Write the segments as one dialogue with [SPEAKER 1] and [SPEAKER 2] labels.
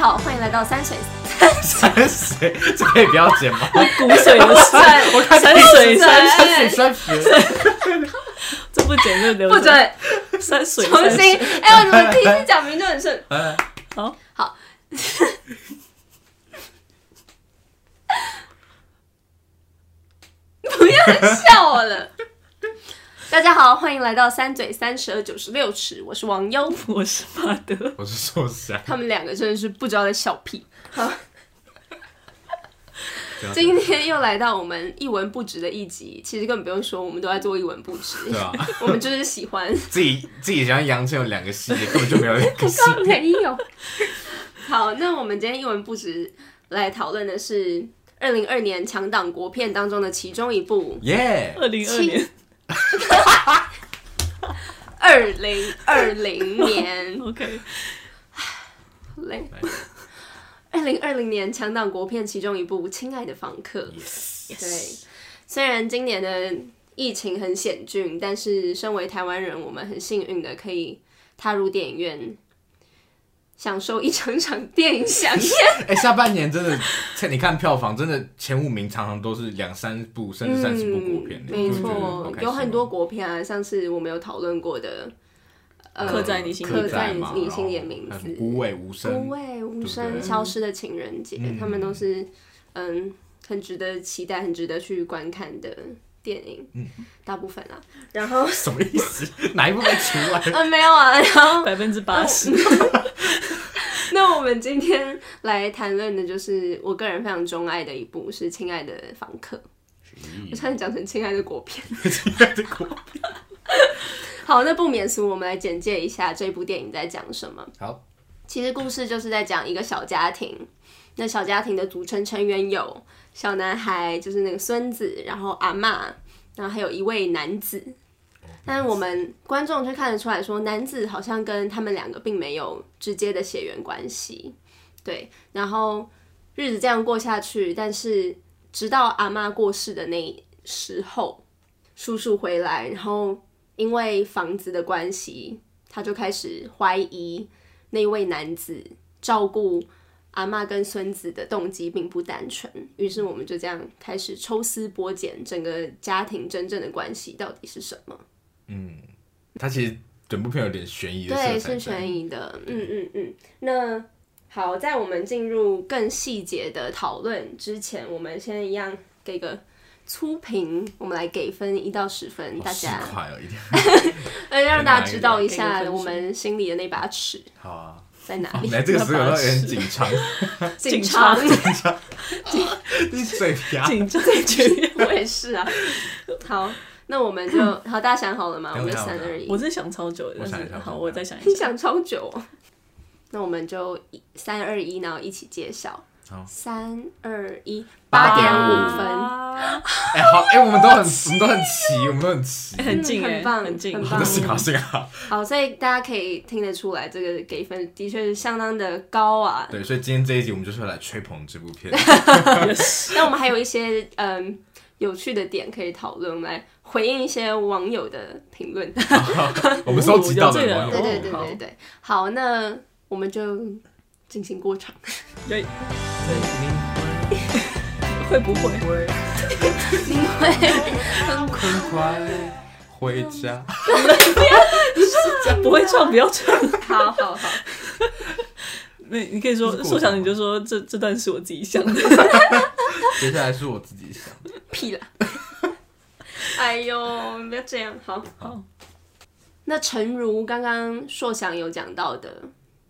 [SPEAKER 1] 好，欢迎来到三水。
[SPEAKER 2] 山水，这可以不要剪 吗？
[SPEAKER 3] 骨髓的山，
[SPEAKER 2] 我看
[SPEAKER 3] 山水
[SPEAKER 2] 山
[SPEAKER 3] 山，
[SPEAKER 2] 山水山水，
[SPEAKER 3] 这不剪就留着
[SPEAKER 1] 不准
[SPEAKER 3] 山水
[SPEAKER 1] 重
[SPEAKER 3] 山水
[SPEAKER 1] 新。哎、我怎么第一次讲名就很顺？
[SPEAKER 2] 哎
[SPEAKER 3] 好，
[SPEAKER 1] 好， 不要笑我了。大家好，欢迎来到三嘴三舌九十六尺，我是王优。
[SPEAKER 3] 我是巴德，
[SPEAKER 2] 我是说山，
[SPEAKER 1] 他们两个真的是不知道在笑 屁。好
[SPEAKER 2] 不要，
[SPEAKER 1] 今天又来到我们一文不值的一集，其实根本不用说，我们都在做一文不值。
[SPEAKER 2] 对啊，
[SPEAKER 1] 我们就是喜欢，
[SPEAKER 2] 自己自己想杨千有两个系列，根本就没有两个
[SPEAKER 1] 可
[SPEAKER 2] 系
[SPEAKER 1] 是没有。 好，那我们今天一文不值来讨论的是二零二年强档国片当中的其中一部
[SPEAKER 2] 列，耶，
[SPEAKER 3] 二零二年
[SPEAKER 1] 2020年。二零二零 年，
[SPEAKER 3] ，OK，
[SPEAKER 1] 好累。二零二零年强档国片其中一部《亲爱的房客》。对，虽然今年的疫情很险峻，但是身为台湾人，我们很幸运的可以踏入电影院，享受一场场电 影响宴。
[SPEAKER 2] 哎，下半年真的，你看票房真的前五名常常都是两三部甚至三十部国片，
[SPEAKER 1] 嗯没
[SPEAKER 2] 你就会觉得好
[SPEAKER 1] 错
[SPEAKER 2] 开，心
[SPEAKER 1] 有很多国片啊，像是我们有讨论过的，呃，
[SPEAKER 3] 刻在你心里
[SPEAKER 1] 刻在
[SPEAKER 2] 嘛
[SPEAKER 1] 你心里的名
[SPEAKER 2] 然后
[SPEAKER 1] 字，
[SPEAKER 2] 很无畏无
[SPEAKER 1] 无
[SPEAKER 2] 声，
[SPEAKER 1] 畏无
[SPEAKER 2] 对不
[SPEAKER 1] 声
[SPEAKER 2] 对
[SPEAKER 1] 消失的情人节，
[SPEAKER 2] 嗯
[SPEAKER 1] 他们都是嗯很值得期待、很值得去观看的电影，
[SPEAKER 2] 嗯
[SPEAKER 1] 大部分啊。然后
[SPEAKER 2] 什么意思？哪一部没出来？
[SPEAKER 1] 呃没有啊， 然后
[SPEAKER 3] 百分之八十。
[SPEAKER 1] 那我们今天来谈论的就是我个人非常钟爱的一部是《亲爱的房客》，我差点讲成《亲爱的国片》。好，那不免俗，我们来简介一下这部电影在讲什么。
[SPEAKER 2] 好，
[SPEAKER 1] 其实故事就是在讲一个小家庭，那小家庭的组成成员有小男孩，就是那个孙子，然后阿嬷，然后还有一位男子。但是我们观众却看得出来说，男子好像跟他们两个并没有直接的血缘关系，对。然后日子这样过下去，但是直到阿嬷过世的那时候，叔叔回来，然后因为房子的关系，他就开始怀疑那一位男子照顾阿嬷跟孙子的动机并不单纯，于是我们就这样开始抽丝剥茧，整个家庭真正的关系到底是什么？
[SPEAKER 2] 它其实整部片有点悬疑的
[SPEAKER 1] 对，
[SPEAKER 2] 色彩在，
[SPEAKER 1] 是悬疑的。嗯嗯嗯。那好，在我们进入更细节的讨论之前，我们先一样给个粗评，我们来给分一到十分，
[SPEAKER 2] 好
[SPEAKER 1] 大家
[SPEAKER 2] 市侩哦，一点
[SPEAKER 1] 呃让大家知道一
[SPEAKER 3] 给个
[SPEAKER 1] 下
[SPEAKER 3] 分数
[SPEAKER 1] 我们心里的那把尺
[SPEAKER 2] 好啊。
[SPEAKER 1] 在哪
[SPEAKER 2] 你
[SPEAKER 1] 里。
[SPEAKER 2] 来这个时候有点紧张，
[SPEAKER 1] 警
[SPEAKER 3] 警
[SPEAKER 1] 察，
[SPEAKER 3] 察
[SPEAKER 2] 你嘴瓢。
[SPEAKER 1] 嗯
[SPEAKER 3] 紧张的局面。
[SPEAKER 1] 我也是啊。好，那我们就
[SPEAKER 2] 嗯
[SPEAKER 1] 好，大家想好了吗？我们就三二一
[SPEAKER 3] 我，真的想超久的，
[SPEAKER 2] 我想
[SPEAKER 3] 但
[SPEAKER 2] 一
[SPEAKER 3] 是
[SPEAKER 2] 下
[SPEAKER 3] 好，我再想
[SPEAKER 1] 你
[SPEAKER 3] 一下。
[SPEAKER 1] 想超久哦、那我们就一三二一，然后一起揭晓
[SPEAKER 2] 好。
[SPEAKER 1] 三二一，
[SPEAKER 2] 八点
[SPEAKER 1] 点
[SPEAKER 2] 五
[SPEAKER 1] 分，
[SPEAKER 3] 分，
[SPEAKER 2] 哎，好，哎，我们都很，我们都很齐，我们都很齐。
[SPEAKER 3] 很
[SPEAKER 1] 嗯
[SPEAKER 3] 近哎，
[SPEAKER 1] 很棒
[SPEAKER 3] 很近
[SPEAKER 1] 很。棒
[SPEAKER 2] 好的，幸好幸好。
[SPEAKER 1] 好，所以大家可以听得出来，这个给分的确是相当的高 啊。
[SPEAKER 2] 对，所以今天这一集我们就是要来吹捧这部片。
[SPEAKER 3] 嗯
[SPEAKER 1] 那我们还有一些嗯有趣的点可以讨论，我们来回应一些网友的评论。
[SPEAKER 2] 我们收集到的网
[SPEAKER 3] 哦
[SPEAKER 1] 对
[SPEAKER 2] 友，
[SPEAKER 1] 对对
[SPEAKER 3] 好
[SPEAKER 1] 对对，好，那我们就进行过场。
[SPEAKER 3] 对，会不会？
[SPEAKER 1] 因为很苦
[SPEAKER 2] 很快回家。
[SPEAKER 3] 不会唱，不要唱。
[SPEAKER 1] 好好好，
[SPEAKER 3] 那你可以说
[SPEAKER 2] 这是过程
[SPEAKER 3] 硕翔，你就说这这段是我自己想 的。
[SPEAKER 2] 接下来是我自己想的，
[SPEAKER 1] 屁啦！ 哎呦，不要这样。好，
[SPEAKER 3] 好，
[SPEAKER 1] 那诚如刚刚硕翔有讲到的，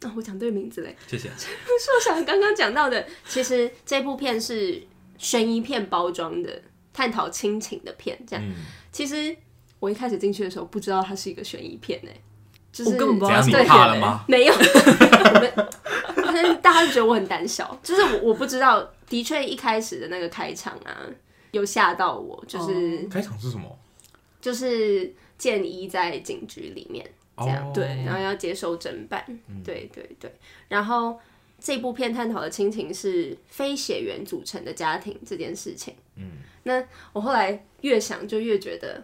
[SPEAKER 1] 啊、我讲对名 字嘞。
[SPEAKER 2] 谢谢。
[SPEAKER 1] 硕翔刚刚讲到的，其实这部片是悬疑片包装的，探讨亲情的片。这样，
[SPEAKER 2] 嗯，
[SPEAKER 1] 其实我一开始进去的时候不知道它是一个悬疑片呢、欸就是
[SPEAKER 3] 我根本不知
[SPEAKER 2] 怎样？你
[SPEAKER 3] 道它是什么
[SPEAKER 2] 怕
[SPEAKER 3] 片
[SPEAKER 2] 了
[SPEAKER 3] 欸
[SPEAKER 2] 吗？
[SPEAKER 1] 没有，我们可能大家就觉得我很胆小，就是我我不知道，的确一开始的那个开场啊，有吓到我，就是、
[SPEAKER 2] 开场是什么？
[SPEAKER 1] 就是建一在警局里面，这样
[SPEAKER 2] 哦嗯
[SPEAKER 3] 对
[SPEAKER 1] 然后要接受侦办，对对对，然后。这部片探讨的亲情是非血缘组成的家庭这件事情。嗯，那我后来越想就越觉得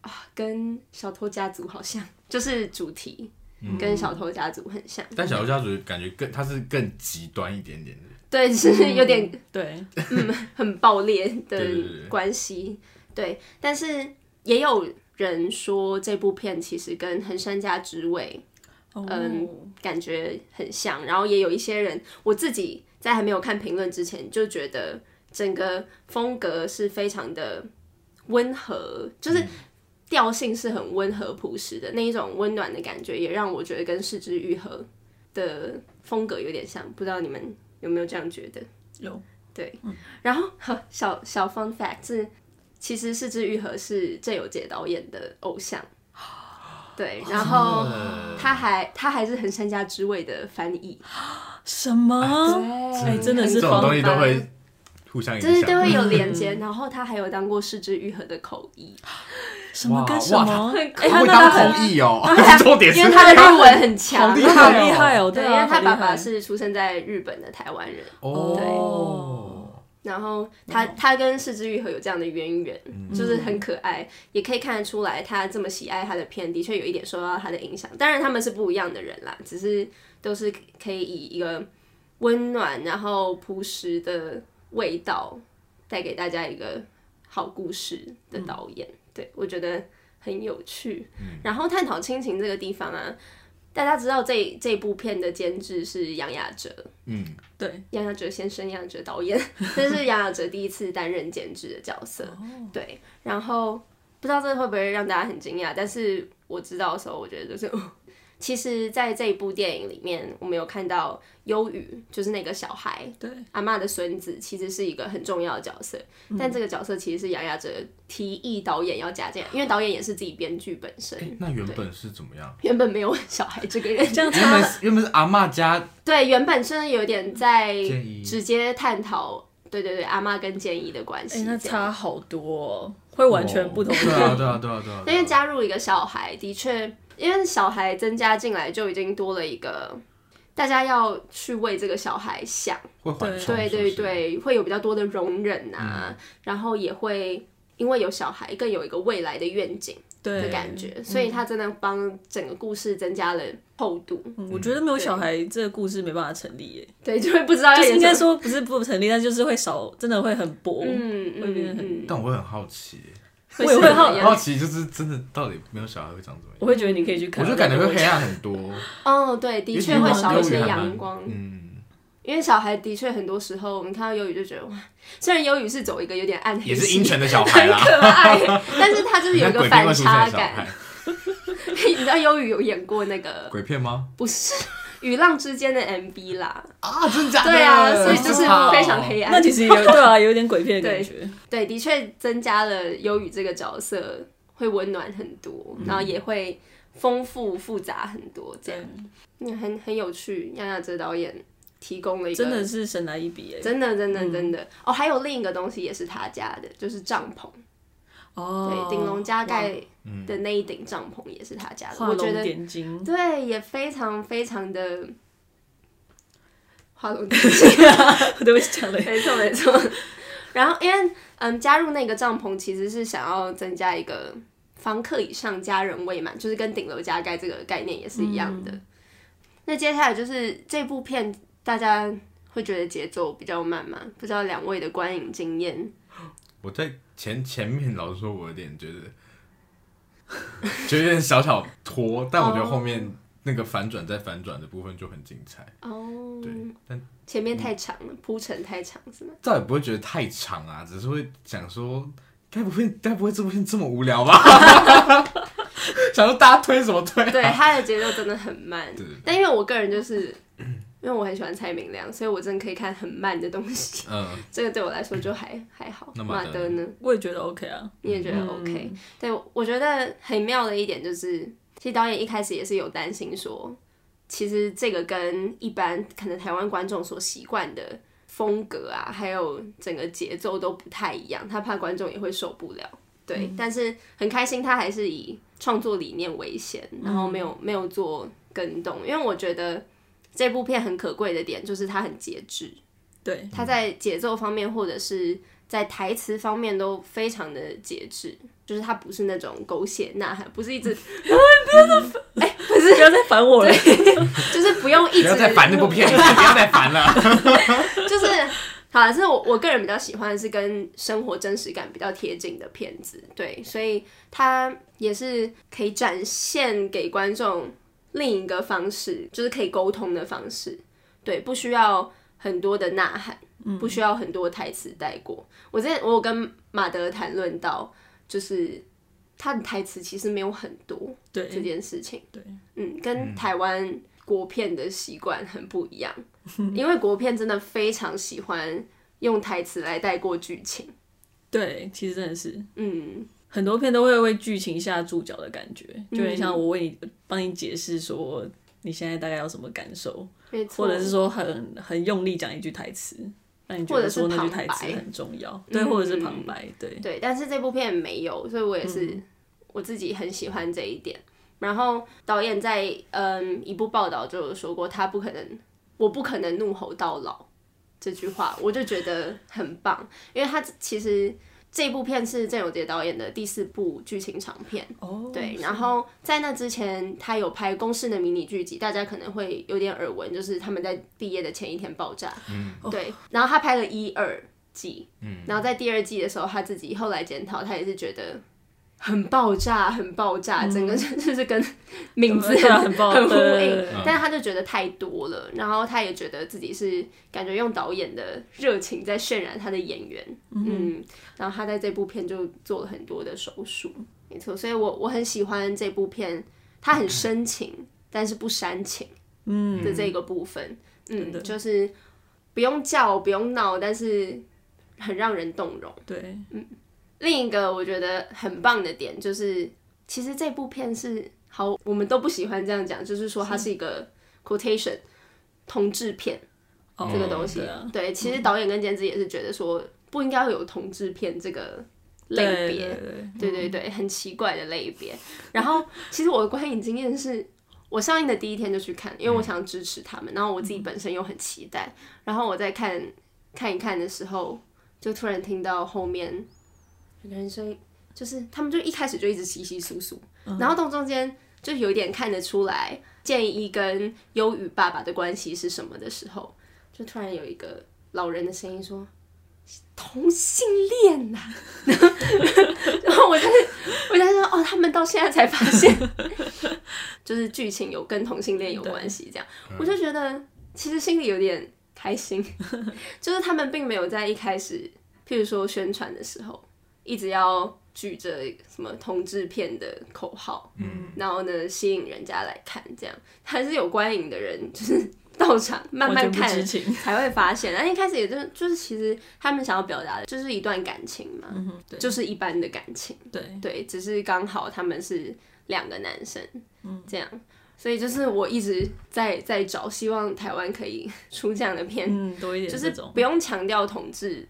[SPEAKER 1] 啊，跟《小偷家族》好像，就是主题。跟小偷家族很像。
[SPEAKER 2] 嗯但小偷家族感觉更，它是更极端一点点的。
[SPEAKER 1] 对，就是有点
[SPEAKER 3] 对，
[SPEAKER 1] 很爆裂的
[SPEAKER 2] 嗯对对对对
[SPEAKER 1] 关系。对，但是也有人说这部片其实跟《横山家之味
[SPEAKER 3] 嗯，》
[SPEAKER 1] 感觉很像，然后也有一些人，我自己在还没有看评论之前就觉得整个风格是非常的温和，就是。调性是很温和朴实的那一种温暖的感觉，也让我觉得跟《四之愈合》的风格有点像，不知道你们有没有这样觉得？
[SPEAKER 3] 有
[SPEAKER 1] 然后 呵小小 fun fact 是，其实《四肢愈合》是郑有杰导演的偶像，对，然后他还他还是《横山家之味》的翻译，
[SPEAKER 3] 什么？哎
[SPEAKER 1] 对
[SPEAKER 3] 真的
[SPEAKER 2] 这
[SPEAKER 3] 是
[SPEAKER 2] 种东西都
[SPEAKER 1] 很
[SPEAKER 2] 会互相影
[SPEAKER 1] 哦就是
[SPEAKER 2] 响，
[SPEAKER 1] 都会有连接，然后他还有当过《四肢愈合》的口 译，
[SPEAKER 3] 什么
[SPEAKER 2] 哇
[SPEAKER 3] 跟
[SPEAKER 2] 哇
[SPEAKER 3] 什么？
[SPEAKER 1] 很
[SPEAKER 3] 哎，他
[SPEAKER 2] 会
[SPEAKER 3] 那
[SPEAKER 2] 当
[SPEAKER 3] 个
[SPEAKER 2] 口译哦
[SPEAKER 1] 然后他。
[SPEAKER 2] 重点是
[SPEAKER 1] 因为他的日文很强，
[SPEAKER 2] 好厉
[SPEAKER 3] 很
[SPEAKER 2] 害
[SPEAKER 3] 好
[SPEAKER 2] 哦
[SPEAKER 3] 厉害哦，
[SPEAKER 1] 对，因
[SPEAKER 3] 啊，
[SPEAKER 1] 为他
[SPEAKER 3] 好厉害
[SPEAKER 1] 爸爸是出生在日本的台湾人，
[SPEAKER 2] 哦，
[SPEAKER 1] 然后他他跟四肢愈合有这样的渊源，就是很可爱，也可以看得出来他这么喜爱他的片，的确有一点受到他的影响。当然他们是不一样的人啦，只是都是可以以一个温暖然后朴实的味道，带给大家一个好故事的导演。对我觉得很有趣。然后探讨亲情这个地方啊，大家知道这这部片的监制是杨雅哲，
[SPEAKER 2] 嗯，
[SPEAKER 3] 对，
[SPEAKER 1] 杨雅哲先生、杨雅哲导演， 这是杨雅哲第一次担任监制的角色。对，然后不知道这会不会让大家很惊讶，但是我知道的时候，我觉得就是， 其实在这一部电影里面，我们有看到忧郁，就是那个小孩，
[SPEAKER 3] 对，
[SPEAKER 1] 阿嬷的孙子，其实是一个很重要的角色。但这个角色其实是杨雅哲提议导演要加进来，因为导演也是自己编剧本身，
[SPEAKER 2] 哎，那原本是怎么样？
[SPEAKER 1] 原本没有小孩这个人。
[SPEAKER 3] 这样
[SPEAKER 2] 原本
[SPEAKER 3] 差
[SPEAKER 2] 是原本是阿嬷家，
[SPEAKER 1] 对，原本真的有点在
[SPEAKER 2] 建议
[SPEAKER 1] 直接探讨，对对对，阿妈跟建议的关
[SPEAKER 3] 哎
[SPEAKER 1] 系，
[SPEAKER 3] 那
[SPEAKER 1] 这样
[SPEAKER 3] 差好多哦，会 完全不同
[SPEAKER 2] 哦对啊，对啊，对啊，对啊。
[SPEAKER 1] 因为加入一个小孩，的确，因为小孩增加进来就已经多了一个，大家要去为这个小孩想，
[SPEAKER 2] 会缓
[SPEAKER 3] 对
[SPEAKER 2] 冲，
[SPEAKER 1] 对
[SPEAKER 2] 是不
[SPEAKER 1] 对
[SPEAKER 2] 是，
[SPEAKER 1] 对，会有比较多的容忍啊，
[SPEAKER 3] 嗯
[SPEAKER 1] 然后也会因为有小孩更有一个未来的愿景
[SPEAKER 2] 啊
[SPEAKER 3] 对
[SPEAKER 1] 的感觉，所以他真的帮整个故事增加了厚度，
[SPEAKER 3] 嗯我觉得没有小孩，这个故事没办法成立耶。
[SPEAKER 1] 对，就会不知道要
[SPEAKER 3] 啊就是
[SPEAKER 1] 演
[SPEAKER 3] 应
[SPEAKER 1] 什
[SPEAKER 3] 该
[SPEAKER 1] 么。
[SPEAKER 3] 说不是不成立，但就是会少，真的会很薄。
[SPEAKER 1] 嗯
[SPEAKER 3] 会变得
[SPEAKER 1] 嗯
[SPEAKER 3] 很
[SPEAKER 1] 嗯，
[SPEAKER 2] 但我会很好奇，
[SPEAKER 1] 会
[SPEAKER 3] 我也
[SPEAKER 1] 是
[SPEAKER 3] 会
[SPEAKER 1] 怎
[SPEAKER 3] 好
[SPEAKER 1] 么样
[SPEAKER 2] 好奇就是真的到底没有小孩会长怎么样？
[SPEAKER 3] 我会觉得你可以去看，啊
[SPEAKER 2] 我就感觉会黑暗很多，
[SPEAKER 1] 哦，对，的
[SPEAKER 2] 尤其
[SPEAKER 1] 确会
[SPEAKER 2] 是
[SPEAKER 1] 少一
[SPEAKER 2] 忧
[SPEAKER 1] 些
[SPEAKER 2] 郁还蛮
[SPEAKER 1] 阳光，
[SPEAKER 2] 嗯，
[SPEAKER 1] 因为小孩的确很多时候，我们看到忧郁就觉得哇，虽然忧郁是走一个有点暗黑，
[SPEAKER 2] 也是 阴沉的小孩啦，
[SPEAKER 1] 可爱，但是他就是有一
[SPEAKER 2] 像
[SPEAKER 1] 个
[SPEAKER 2] 鬼片
[SPEAKER 1] 反
[SPEAKER 2] 会出现
[SPEAKER 1] 差
[SPEAKER 2] 的小
[SPEAKER 1] 感
[SPEAKER 2] 孩。。
[SPEAKER 1] 你知道忧郁有演过那个
[SPEAKER 2] 鬼片吗？
[SPEAKER 1] 不是《与浪之间》的 MV 啦，
[SPEAKER 2] 啊，真假的？
[SPEAKER 1] 对啊，所以就是
[SPEAKER 2] 哇
[SPEAKER 1] 非常黑暗。
[SPEAKER 3] 那其 实有对啊，有点鬼片的感觉。
[SPEAKER 1] 对，的确增加了忧郁这个角色会温暖很多，然后
[SPEAKER 2] 嗯
[SPEAKER 1] 也会丰富复杂很多，这样那很很有趣。杨雅哲导演提供了一
[SPEAKER 3] 对
[SPEAKER 1] 个
[SPEAKER 3] 真的是神来一笔耶。
[SPEAKER 1] 真的，真
[SPEAKER 3] 嗯
[SPEAKER 1] 的，真的、哦，还有另一个东西也是他家的，就是帐篷。
[SPEAKER 3] 哦，
[SPEAKER 1] 对，顶龙加盖的那一顶帐篷也是他家的，
[SPEAKER 3] 画
[SPEAKER 1] 我觉
[SPEAKER 3] 龙
[SPEAKER 1] 得
[SPEAKER 3] 点 睛，
[SPEAKER 1] 对，也非常非常的画龙点睛。
[SPEAKER 3] 我都会讲了。
[SPEAKER 1] 没错没错。 然后因为嗯，加入那个帐篷其实是想要增加一个房客以上家人未满，就是跟顶楼加盖这个概念也是一样的。那接下来就是这部片，大家会觉得节奏比较慢嘛？不知道两位的观影经验，
[SPEAKER 2] 我在前前面老实说，我有点觉得， 觉得有点小小拖，但我觉得后面那个反转再反转的部分就很精彩。
[SPEAKER 1] 哦嗯
[SPEAKER 2] 对，但
[SPEAKER 1] 前面太长了，铺陈太长是 吗？
[SPEAKER 2] 倒也不会觉得太长啊，只是会想说，该不会该不会这部片这么无聊吧？ 想说大家推什么推、
[SPEAKER 1] 对，它的节奏真的很慢
[SPEAKER 2] 对。
[SPEAKER 1] 但因为我个人就是。因为我很喜欢蔡明亮，所以我真的可以看很慢的东西。
[SPEAKER 2] 嗯，
[SPEAKER 1] 这个对我来说就还还好。
[SPEAKER 2] 那
[SPEAKER 1] 马
[SPEAKER 2] 马
[SPEAKER 1] 德
[SPEAKER 2] 德
[SPEAKER 1] 呢？
[SPEAKER 3] 我也觉得 OK 啊，
[SPEAKER 1] 你也觉得 OK、对，我觉得很妙的一点就是，其实导演一开始也是有担心说，其实这个跟一般可能台湾观众所习惯的风格啊，还有整个节奏都不太一样，他怕观众也会受不了。对，但是很开心，他还是以创作理念为先，然后没有没有做跟动，因为我觉得这部片很可贵的点就是它很节制。
[SPEAKER 3] 对，
[SPEAKER 1] 他在节奏方面或者是在台词方面都非常的节制，就是他不是那种狗血呐喊，不是一直
[SPEAKER 3] 不是不要再反烦我了。
[SPEAKER 1] 就是不用一
[SPEAKER 2] 不
[SPEAKER 1] 直
[SPEAKER 2] 要再烦那部片，了，不要再烦了。
[SPEAKER 1] 就是好啦，这是我我个人比较喜欢是跟生活真实感比较贴近的片子，对，所以它也是可以展现给观众另一个方式，就是可以沟通的方式，对，不需要很多的呐喊，不需要很多台词带过。我之前我有跟马德谈论到，就是他的台词其实没有很多，这
[SPEAKER 3] 对
[SPEAKER 1] 件事情。
[SPEAKER 3] 对，
[SPEAKER 1] 嗯，跟台湾国片的习惯很不一 样，因为国片真的非常喜欢用台词来带过剧情。
[SPEAKER 3] 对，其实真的是
[SPEAKER 1] 嗯，
[SPEAKER 3] 很多片都会为剧情下注脚的感觉，就有点像我为你帮你解释说你现在大概有什么感受，
[SPEAKER 1] 没错，
[SPEAKER 3] 或者是说很很用力讲一句台词，让你觉
[SPEAKER 1] 或
[SPEAKER 3] 得
[SPEAKER 1] 者是
[SPEAKER 3] 说那
[SPEAKER 1] 旁
[SPEAKER 3] 句台词
[SPEAKER 1] 白嗯
[SPEAKER 3] 很重要，对，或者是旁白，对，嗯
[SPEAKER 1] 对，但是这部片没有，所以我也是、我自己很喜欢这一点。然后导演在嗯一部报道就有说过，他不可能，我不可能怒吼到老这句话，我就觉得很棒，因为他其实这部片是郑有杰导演的第四部剧情长片。
[SPEAKER 3] 哦
[SPEAKER 1] 对，然后在那之前，他有拍公式的迷你剧集，大家可能会有点耳闻，就是他们在毕业的前一天爆炸。嗯，对，然后他拍了一二季，嗯，然后在第二季的时候，他自己后来检讨，他也是觉得很爆炸，很爆炸，整个就是跟名字
[SPEAKER 3] 嗯对啊
[SPEAKER 1] 很
[SPEAKER 3] 很爆
[SPEAKER 1] 很呼
[SPEAKER 3] 对
[SPEAKER 1] 应，但是他就觉得太多了，然后他也觉得自己是感觉用导演的热情在渲染他的演员，嗯，然后他在这部片就做了很多的手术，没错，所以我我很喜欢这部片，它很深情，但是不煽情，嗯的这个部分，嗯，就是不用叫，不用闹，但是很让人动容。
[SPEAKER 3] 对，
[SPEAKER 1] 另一个我觉得很棒的点就是，其实这部片是好，我们都不喜欢这样讲，就是说它是一个 quotation 同志片
[SPEAKER 3] 哦
[SPEAKER 1] 这个东西。
[SPEAKER 3] 对啊
[SPEAKER 1] 对，其实导演跟监制也是觉得说不应该有同志片这个类
[SPEAKER 3] 对
[SPEAKER 1] 别，
[SPEAKER 3] 对对
[SPEAKER 1] 对对对，很奇怪的类别。然后其实我的观影经验是，我上映的第一天就去看，因为我想支持他们，然后我自己本身又很期待。然后我在看看一看的时候，就突然听到后面有个人声音，就是他们就一开始就一直稀稀疏疏，然后到中间就有一点看得出来建一跟忧郁爸爸的关系是什么的时候，就突然有一个老人的声音说。同性恋呐、 然后我在我在说，哦，他们到现在才发现， 就是剧情有跟同性恋有关系，这样我就觉得其实心里有点开心， 就是他们并没有在一开始，譬如说宣传的时候，一直要举着什么同志片的口号，嗯，然后呢吸引人家来看，这样还是有观影的人就是到场慢慢
[SPEAKER 3] 完全不
[SPEAKER 1] 看，
[SPEAKER 3] 知情，
[SPEAKER 1] 才会发现。那一开始也就就是，其实他们想要表达的就是一段感情嘛，
[SPEAKER 3] 对
[SPEAKER 1] 就是一般的感情，
[SPEAKER 3] 对，
[SPEAKER 1] 对，只是刚好他们是两个男生，这样，所以就是我一直在在找，希望台湾可以出这样的片，
[SPEAKER 3] 嗯，多一点
[SPEAKER 1] 就是
[SPEAKER 3] 这种，
[SPEAKER 1] 不用强调同志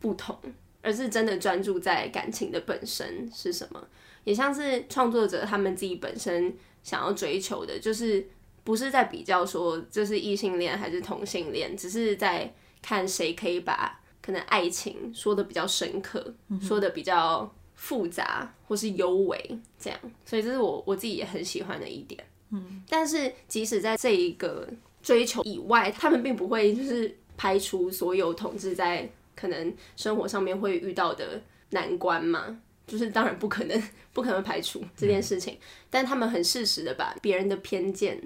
[SPEAKER 1] 不同，而是真的专注在感情的本身是什么，也像是创作者他们自己本身想要追求的，就是不是在比较说这是异性恋还是同性恋，只是在看谁可以把可能爱情说的比较深刻，
[SPEAKER 3] 嗯
[SPEAKER 1] 说的比较复杂或是幽微这样，所以这是我我自己也很喜欢的一点。嗯，但是即使在这一个追求以外，他们并不会就是排除所有同志在可能生活上面会遇到的难关嘛。就是当然不可能，不可能排除这
[SPEAKER 3] 嗯
[SPEAKER 1] 件事情，但他们很适时的把别人的偏见，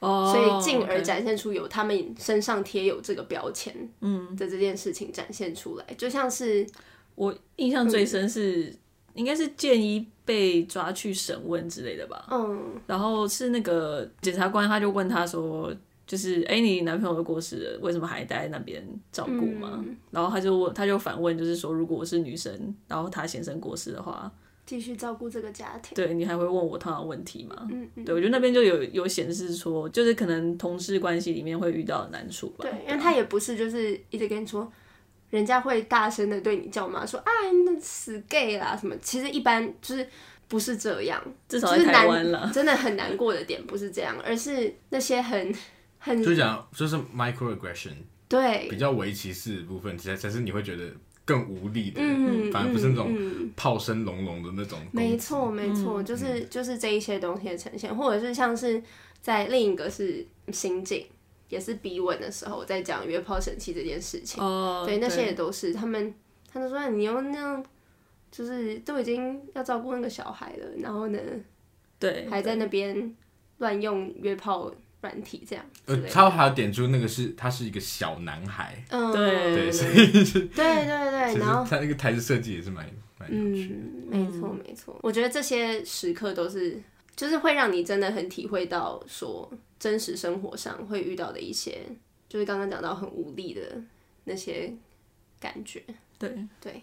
[SPEAKER 3] 哦，
[SPEAKER 1] 所以进而
[SPEAKER 3] OK
[SPEAKER 1] 展现出有他们身上贴有这个标签，嗯的这件事情展现出来，就像是
[SPEAKER 3] 我印象
[SPEAKER 1] 嗯
[SPEAKER 3] 最深是，应该是建一被抓去审问之类的吧。嗯，然后是那个检察官，他就问他说，就是哎、诶你男朋友都过世了，为什么还待在那边照顾嘛？
[SPEAKER 1] 嗯
[SPEAKER 3] 然后他就问，他就反问，就是说，如果我是女生，然后他先生过世的话，
[SPEAKER 1] 继续照顾这个家庭，
[SPEAKER 3] 对你还会问我同样的问题吗？嗯嗯对我觉得那边就有有显示说，就是可能同事关系里面会遇到的难处吧。
[SPEAKER 1] 对，因为他也不是就是一直跟你说，人家会大声的对你叫骂说啊，那死 gay 啦什么，其实一般就是不是这样，
[SPEAKER 3] 至少
[SPEAKER 1] 就是
[SPEAKER 3] 在台湾啦。
[SPEAKER 1] 难，真的很难过的点不是这样，而是那些很很
[SPEAKER 2] 就讲就是 microaggression
[SPEAKER 1] 对
[SPEAKER 2] 比较为歧视的部分，才才是你会觉得更无力的，
[SPEAKER 1] 嗯，
[SPEAKER 2] 反而不是那种
[SPEAKER 1] 嗯嗯
[SPEAKER 2] 炮声隆隆的那种。
[SPEAKER 1] 没，错，没
[SPEAKER 3] 嗯
[SPEAKER 1] 错，就是
[SPEAKER 2] 嗯
[SPEAKER 1] 就是这一些东西的呈现，或者是像是在另一个是心境，也是逼问的时候，在讲约炮神器这件事情，
[SPEAKER 3] 哦，
[SPEAKER 1] 对，那些也都是他们，他们说你又那样，就是都已经要照顾那个小孩了，然后呢，
[SPEAKER 3] 对，
[SPEAKER 1] 还在那边乱用约炮软体这样之
[SPEAKER 2] 呃
[SPEAKER 1] 类，的，
[SPEAKER 2] 他还有点出那个是他是一个小男孩，
[SPEAKER 1] 嗯，
[SPEAKER 3] 对
[SPEAKER 2] 对，所以
[SPEAKER 1] 对对对，
[SPEAKER 2] 其实
[SPEAKER 1] 然后
[SPEAKER 2] 他那个台词设计也是蛮蛮有趣的。
[SPEAKER 1] 嗯，没错没错，我觉得这些时刻都是，就是会让你真的很体会到说真实生活上会遇到的一些，就是刚刚讲到很无力的那些感觉。
[SPEAKER 3] 对，
[SPEAKER 1] 对，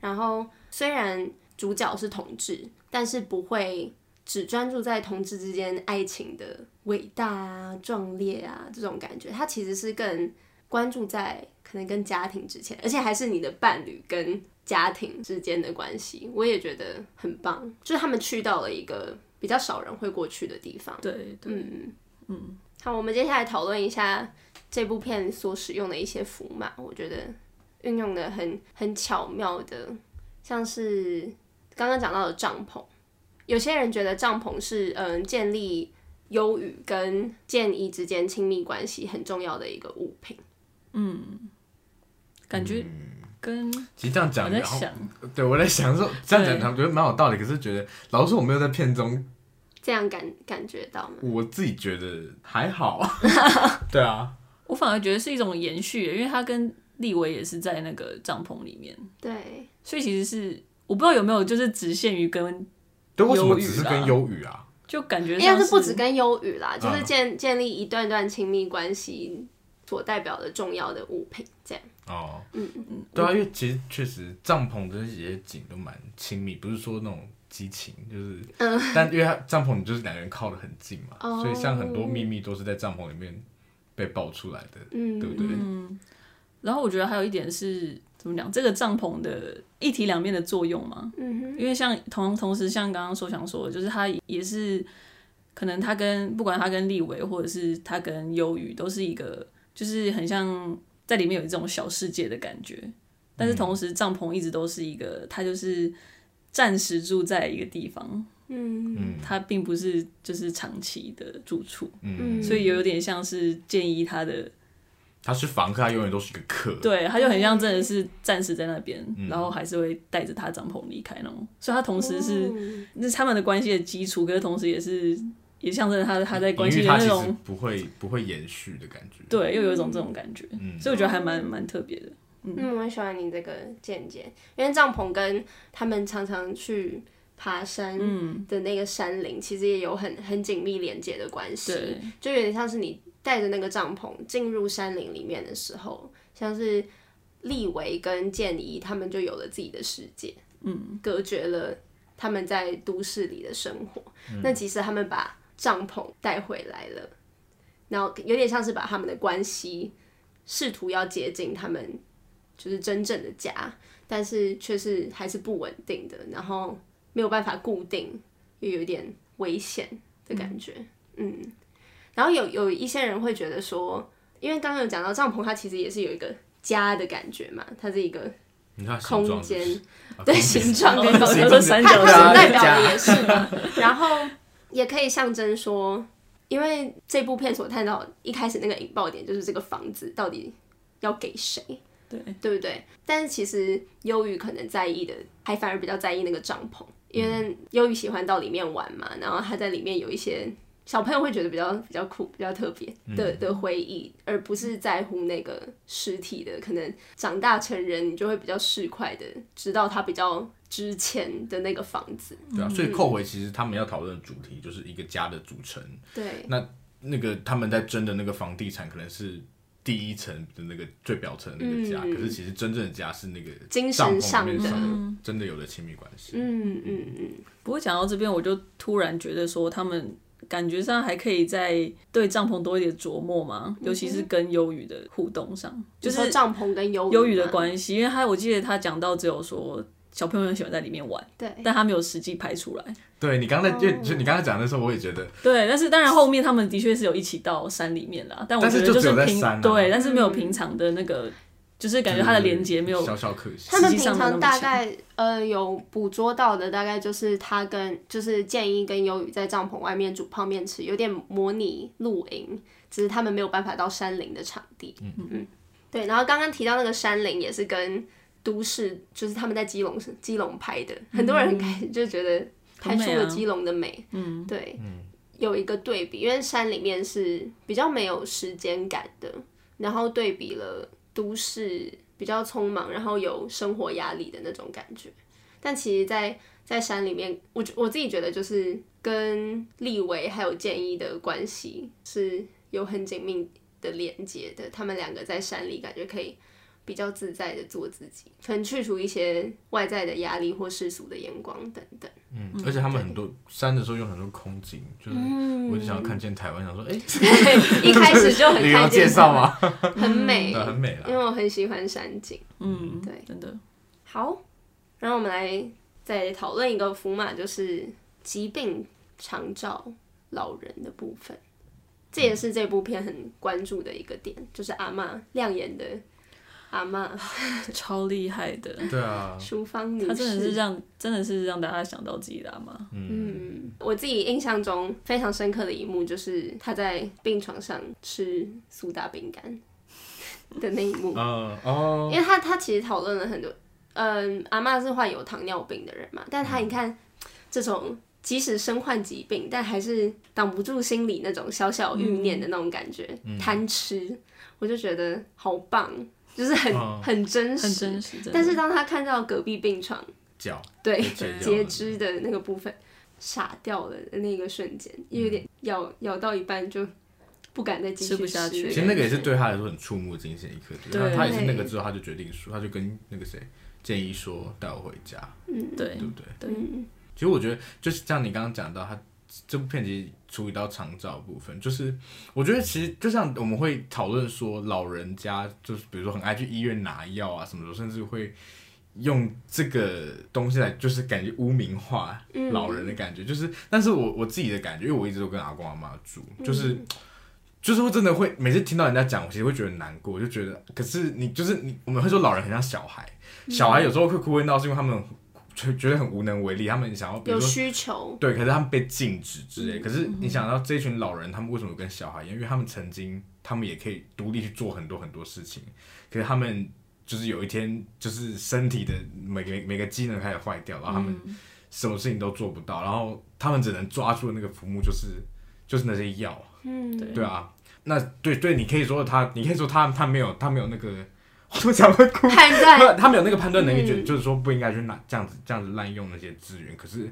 [SPEAKER 1] 然后虽然主角是同志，但是不会只专注在同志之间爱情的伟大啊、壮烈啊这种感觉，他其实是更关注在可能跟家庭之前，而且还是你的伴侣跟家庭之间的关系。我也觉得很棒，就是他们去到了一个比较少人会过去的地方。
[SPEAKER 3] 对，对，
[SPEAKER 1] 嗯，嗯，好，我们接下来讨论一下这部片所使用的一些符码，我觉得运用的很很巧妙的，像是刚刚讲到的帐篷，有些人觉得帐篷是嗯建立忧郁跟建议之间亲密关系很重要的一个物品，
[SPEAKER 3] 感觉跟
[SPEAKER 1] 嗯
[SPEAKER 2] 其实这样
[SPEAKER 3] 我
[SPEAKER 2] 讲，
[SPEAKER 3] 在
[SPEAKER 2] 然后
[SPEAKER 3] 想，
[SPEAKER 2] 对我在想说这样讲，
[SPEAKER 3] 对
[SPEAKER 2] 他们觉得蛮有道理，可是觉得老实说我没有在片中，
[SPEAKER 1] 这样感感觉到吗？
[SPEAKER 2] 我自己觉得还好。 对啊，
[SPEAKER 3] 我反而觉得是一种延续，因为他跟立维也是在那个帐篷里面，
[SPEAKER 1] 对，
[SPEAKER 3] 所以其实是我不知道有没有就是只限于跟，
[SPEAKER 2] 对，为什么
[SPEAKER 3] 忧郁
[SPEAKER 2] 只是
[SPEAKER 3] 啦
[SPEAKER 2] 跟忧郁啊？
[SPEAKER 3] 就感觉
[SPEAKER 1] 应该
[SPEAKER 3] 像
[SPEAKER 1] 是不止跟忧郁啦，
[SPEAKER 2] 嗯
[SPEAKER 1] 就是建建立一段段亲密关系所代表的重要的物品，这样，
[SPEAKER 2] 哦，
[SPEAKER 1] 嗯。
[SPEAKER 2] 对啊，因为其实确实帐篷这些景都蛮亲密，不是说那种激情，就是，但因为它帐篷你就是两个人靠得很近嘛，
[SPEAKER 1] 嗯哦
[SPEAKER 2] 所以像很多秘密都是在帐篷里面被爆出来的，
[SPEAKER 1] 嗯
[SPEAKER 2] 对不对？
[SPEAKER 3] 然后我觉得还有一点是怎么讲，这个帐篷的一体两面的作用嘛，
[SPEAKER 1] 嗯哼，
[SPEAKER 3] 因为像同同时像刚刚说想说的，就是他也是可能他跟不管他跟立伟或者是他跟忧郁，都是一个就是很像在里面有一种小世界的感觉，但是同时帐篷一直都是一个，他就是暂时住在一个地方，
[SPEAKER 1] 嗯
[SPEAKER 3] 他并不是就是长期的住处，
[SPEAKER 1] 嗯，
[SPEAKER 3] 所以有点像是建议他的
[SPEAKER 2] 他是房客，他永远都是一个客，
[SPEAKER 3] 对，他就很像真的是暂时在那边，然后还是会带着他帐篷离开那种。所以他同时是
[SPEAKER 1] 嗯
[SPEAKER 3] 那是他们的关系的基础，可是同时也是也象征着他他在关
[SPEAKER 2] 因
[SPEAKER 3] 系
[SPEAKER 2] 为
[SPEAKER 3] 的
[SPEAKER 2] 他其
[SPEAKER 3] 那
[SPEAKER 2] 实
[SPEAKER 3] 种
[SPEAKER 2] 不会不会延续的感觉，
[SPEAKER 3] 对，又有一种这种感觉。
[SPEAKER 2] 嗯
[SPEAKER 3] 所以我觉得还蛮蛮特别的。
[SPEAKER 1] 嗯，我很喜欢你这个见解，因为帐篷跟他们常常去爬山
[SPEAKER 3] 嗯
[SPEAKER 1] 的那个山林，其实也有很很紧密连接的关系，
[SPEAKER 3] 对，
[SPEAKER 1] 就有点像是你带着那个帐篷进入山林里面的时候，像是立维跟建怡他们就有了自己的世界，嗯，隔绝了他们在都市里的生活。那其实他们把帐篷带回来了，然后有点像是把他们的关系试图要接近他们就是真正的家，但是却是还是不稳定的，然后没有办法固定，又有点危险的感觉，嗯。然后有有一些人会觉得说，因为刚刚有讲到帐篷，它其实也是有一个家的感觉嘛，它是一个
[SPEAKER 2] 你看形
[SPEAKER 1] 空
[SPEAKER 2] 状是不
[SPEAKER 1] 间
[SPEAKER 2] 是，，啊
[SPEAKER 1] 对
[SPEAKER 2] 空间
[SPEAKER 1] 形状跟空
[SPEAKER 3] 哦形
[SPEAKER 1] 间，
[SPEAKER 3] 状三角
[SPEAKER 1] 它所
[SPEAKER 2] 啊
[SPEAKER 3] 形
[SPEAKER 1] 代表的也是嘛。然后也可以象征说，因为这部片所探讨一开始那个引爆点就是这个房子到底要给谁，
[SPEAKER 3] 对，
[SPEAKER 1] 对不对？但是其实忧郁可能在意的，还反而比较在意那个帐篷，因为忧郁喜欢到里面玩嘛，然后他在里面有一些小朋友会觉得比较比较酷、比较特别的的回忆，而不是在乎那个实体的。可能长大成人，你就会比较市侩的知道它比较值钱的那个房子。
[SPEAKER 2] 对啊，所以扣回其实他们要讨论的主题就是一个家的组成，
[SPEAKER 1] 对，
[SPEAKER 2] 那个他们在争的那个房地产可能是第一层的那个最表层的那个家，
[SPEAKER 1] 嗯
[SPEAKER 2] 可是其实真正的家是那个
[SPEAKER 1] 精
[SPEAKER 2] 帐
[SPEAKER 1] 神
[SPEAKER 2] 篷
[SPEAKER 1] 上
[SPEAKER 2] 里
[SPEAKER 1] 的
[SPEAKER 2] 面，上真的有了亲密关系。
[SPEAKER 1] 嗯嗯嗯，
[SPEAKER 3] 不过讲到这边，我就突然觉得说，他们感觉上还可以再对帐篷多一点琢磨嘛，尤其是跟忧郁的互动上，就
[SPEAKER 1] 嗯你说
[SPEAKER 3] 是
[SPEAKER 1] 帐篷跟忧
[SPEAKER 3] 忧郁的
[SPEAKER 1] 吗，
[SPEAKER 3] 关系。因为他我记得他讲到只有说小朋友很喜欢在里面玩，
[SPEAKER 1] 对，
[SPEAKER 3] 但他没有实际拍出来。
[SPEAKER 2] 对你刚才就就你刚才讲的时候，我也觉得
[SPEAKER 3] 对，但是当然后面他们的确是有一起到山里面啦，但我
[SPEAKER 2] 但是
[SPEAKER 3] 觉得
[SPEAKER 2] 就只
[SPEAKER 3] 是
[SPEAKER 2] 有在
[SPEAKER 3] 平
[SPEAKER 2] 山啊
[SPEAKER 1] 嗯
[SPEAKER 3] 对，但是没有平常的那个就是感觉它的连接没有
[SPEAKER 2] 小小可惜。
[SPEAKER 1] 他们平常大概呃有捕捉到的，大概就是他跟就是建一跟优宇在帐篷外面煮泡面吃，有点模拟露营，只是他们没有办法到山林的场地。嗯嗯，对。然后刚刚提到那个山林也是跟都市，就是他们在基隆基隆拍的，很多人很开就觉得拍出了基隆的美。嗯，对，有一个对比，因为山里面是比较没有时间感的，然后对比了都市比较匆忙，然后有生活压力的那种感觉。但其实在，在山里面，我我自己觉得就是跟立维还有建一的关系是有很紧密的连接的。他们两个在山里感觉可以比较自在的做自己，可能去除一些外在的压力或世俗的眼光等 等。
[SPEAKER 2] 嗯，而且他们很多山的时候用很多空景，就是我就想要看见台湾，想说哎，
[SPEAKER 1] 对，一开嗯始就很
[SPEAKER 2] 旅游
[SPEAKER 1] 看
[SPEAKER 2] 介
[SPEAKER 1] 见
[SPEAKER 2] 绍吗？
[SPEAKER 1] 很美，
[SPEAKER 2] 对很美啊啦
[SPEAKER 1] 因为我很喜欢山景。
[SPEAKER 3] 嗯，
[SPEAKER 1] 对，
[SPEAKER 3] 真的，
[SPEAKER 1] 好，然后我们来再讨论一个福马，就是疾病常照老人的部分，这也是这部片很关注的一个点，就是阿嬷亮眼的阿嬷
[SPEAKER 3] 超厉害的。
[SPEAKER 2] 对啊，
[SPEAKER 1] 淑芳女
[SPEAKER 3] 他真的是
[SPEAKER 1] 士。
[SPEAKER 3] 让真的是让大家想到自己的阿妈，
[SPEAKER 1] 嗯，我自己印象中非常深刻的一幕就是她在病床上吃苏打饼干的那一幕。
[SPEAKER 2] 嗯哦，
[SPEAKER 1] 因为他他其实讨论了很多，嗯，阿嬷是患有糖尿病的人嘛，但他你看这种即使身患疾病，但还是挡不住心里那种小小欲念的那种感觉，贪吃，我就觉得好棒，就是很、
[SPEAKER 2] 哦
[SPEAKER 1] 很真
[SPEAKER 3] 很
[SPEAKER 1] 实。
[SPEAKER 3] 真实。真的
[SPEAKER 1] 但是当他看到隔壁病床
[SPEAKER 2] 脚
[SPEAKER 1] 对
[SPEAKER 2] 被截掉
[SPEAKER 1] 截
[SPEAKER 2] 了
[SPEAKER 1] 肢的那个部分傻掉了的那个瞬间，有
[SPEAKER 2] 嗯
[SPEAKER 1] 点咬咬到一半就不敢再继续
[SPEAKER 3] 吃不下去
[SPEAKER 1] 了
[SPEAKER 2] 其实那个也是对他来说很触目惊心的一刻，
[SPEAKER 3] 对
[SPEAKER 2] 他他也是那个之后他就决定说，他就跟那个谁建议说带我回家，
[SPEAKER 3] 对
[SPEAKER 2] 对不对？
[SPEAKER 3] 对
[SPEAKER 1] 嗯
[SPEAKER 2] 其实我觉得就是像你刚刚讲到，他这部片其实处理到长照的部分，就是我觉得其实就像我们会讨论说老人家就是比如说很爱去医院拿药啊什么的，甚至会用这个东西来就是感觉污名化
[SPEAKER 1] 嗯
[SPEAKER 2] 老人的感觉，就是但是我我自己的感觉，因为我一直都跟阿公阿妈住，就是。就是会真的会每次听到人家讲，我其实会觉得难过，就觉得，可是你就是你，我们会说老人很像小孩，小孩有时候会哭会闹，是因为他们觉觉得很无能为力，他们想要比
[SPEAKER 1] 有
[SPEAKER 2] 如说
[SPEAKER 1] 需求，
[SPEAKER 2] 对，可是他们被禁止之类。可是你想到这群老人，他们为什么跟小孩一样？因为他们曾经，他们也可以独立去做很多很多事情。可是他们就是有一天，就是身体的每个每个机能开始坏掉，然后他们什么事情都做不到，然后他们只能抓住的那个浮木就是就是那些药。
[SPEAKER 1] 嗯，
[SPEAKER 3] 对
[SPEAKER 2] 对啊，那对对，你可以说他，你可以说他，他没有他没有那个， 我怎么讲会哭？
[SPEAKER 1] 判断
[SPEAKER 2] 他他没有那个判断能力，
[SPEAKER 1] 嗯
[SPEAKER 2] 就、就是说不应该去拿这样子这样子滥用那些资源。可是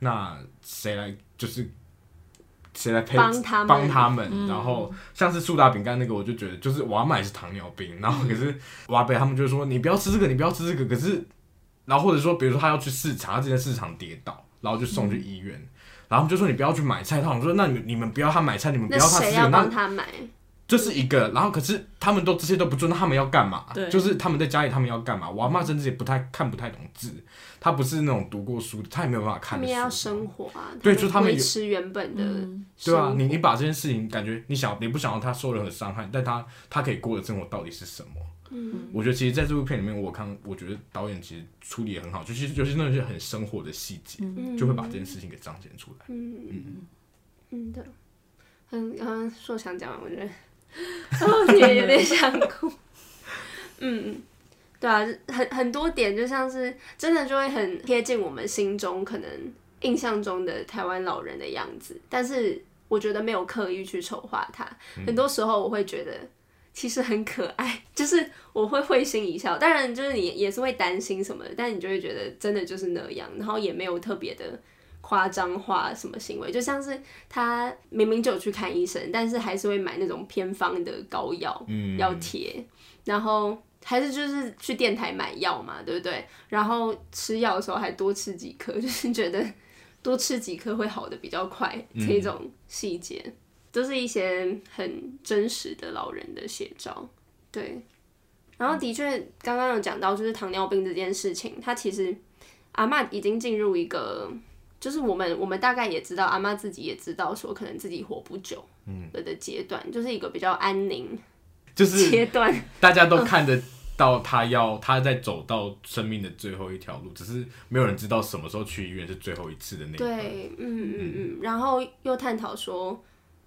[SPEAKER 2] 那谁来就是谁来配
[SPEAKER 1] 帮他们嗯
[SPEAKER 2] 帮他们？然后像是苏打饼干那个，我就觉得就是我阿妈也是糖尿病，然后
[SPEAKER 1] 嗯
[SPEAKER 2] 可是我阿伯他们就说你不要吃这个，你不要吃这个。可是然后或者说比如说他要去市场，他之前市场跌倒，然后就送去医院。然后他们就说你不要去买菜，他们说那你们你们不要他买菜，你们不
[SPEAKER 1] 那
[SPEAKER 2] 要他吃
[SPEAKER 1] 谁
[SPEAKER 2] 这个
[SPEAKER 1] 要
[SPEAKER 2] 那
[SPEAKER 1] 帮他买？
[SPEAKER 2] 这是一个，然后可是他们都这些都不做，那他们要干嘛？
[SPEAKER 3] 对
[SPEAKER 2] 就是他们在家里他们要干嘛？我阿妈甚至也不太看不太懂字，她不是那种读过书的，她也没有办法
[SPEAKER 1] 他
[SPEAKER 2] 看
[SPEAKER 1] 们
[SPEAKER 2] 书。
[SPEAKER 1] 也要生活啊，
[SPEAKER 2] 对就是他们
[SPEAKER 1] 维
[SPEAKER 2] 有
[SPEAKER 1] 持原本的
[SPEAKER 3] 嗯
[SPEAKER 1] 生
[SPEAKER 2] 对啊
[SPEAKER 1] 活，
[SPEAKER 2] 你你把这件事情感觉你想你不想要他受任何伤害，但他他可以过的生活到底是什么？嗯，我觉得其实在这部片里面，我看我觉得导演其实处理也很好，就是就是那些很生活的细节，就会把这件事情给彰显出来。
[SPEAKER 1] 嗯的，嗯嗯，硕想讲完，我觉得， 哦，我也有点想哭。嗯，对啊，很很多点，就像是真的就会很贴近我们心中可能印象中的台湾老人的样子，但是我觉得没有刻意去丑化他，很多时候我会觉得。其实很可爱， 就是我会会心一笑。当然，就是你也是会担心什么的，但你就会觉得真的就是那样，然后也没有特别的夸张化什么行为，就像是他明明就有去看医生，但是还是会买那种偏方的膏药、
[SPEAKER 2] 嗯
[SPEAKER 1] 药贴，然后还是就是去电台买药嘛，对不对？然后吃药的时候还多吃几颗， 就是觉得多吃几颗会好的比较快，这种细节、都是一些很真实的老人的写照，对。然后的确，刚刚有讲到就是糖尿病这件事情，它其实阿嬷已经进入一个就是我们我们大概也知道，阿妈自己也知道说可能自己活不久，嗯，的阶段，就是一个比较安宁
[SPEAKER 2] 就是
[SPEAKER 1] 阶段，
[SPEAKER 2] 大家都看着到他要他在走到生命的最后一条路，只是没有人知道什么时候去医院是最后一次的那一段。
[SPEAKER 1] 对，嗯嗯嗯嗯，然后又探讨说，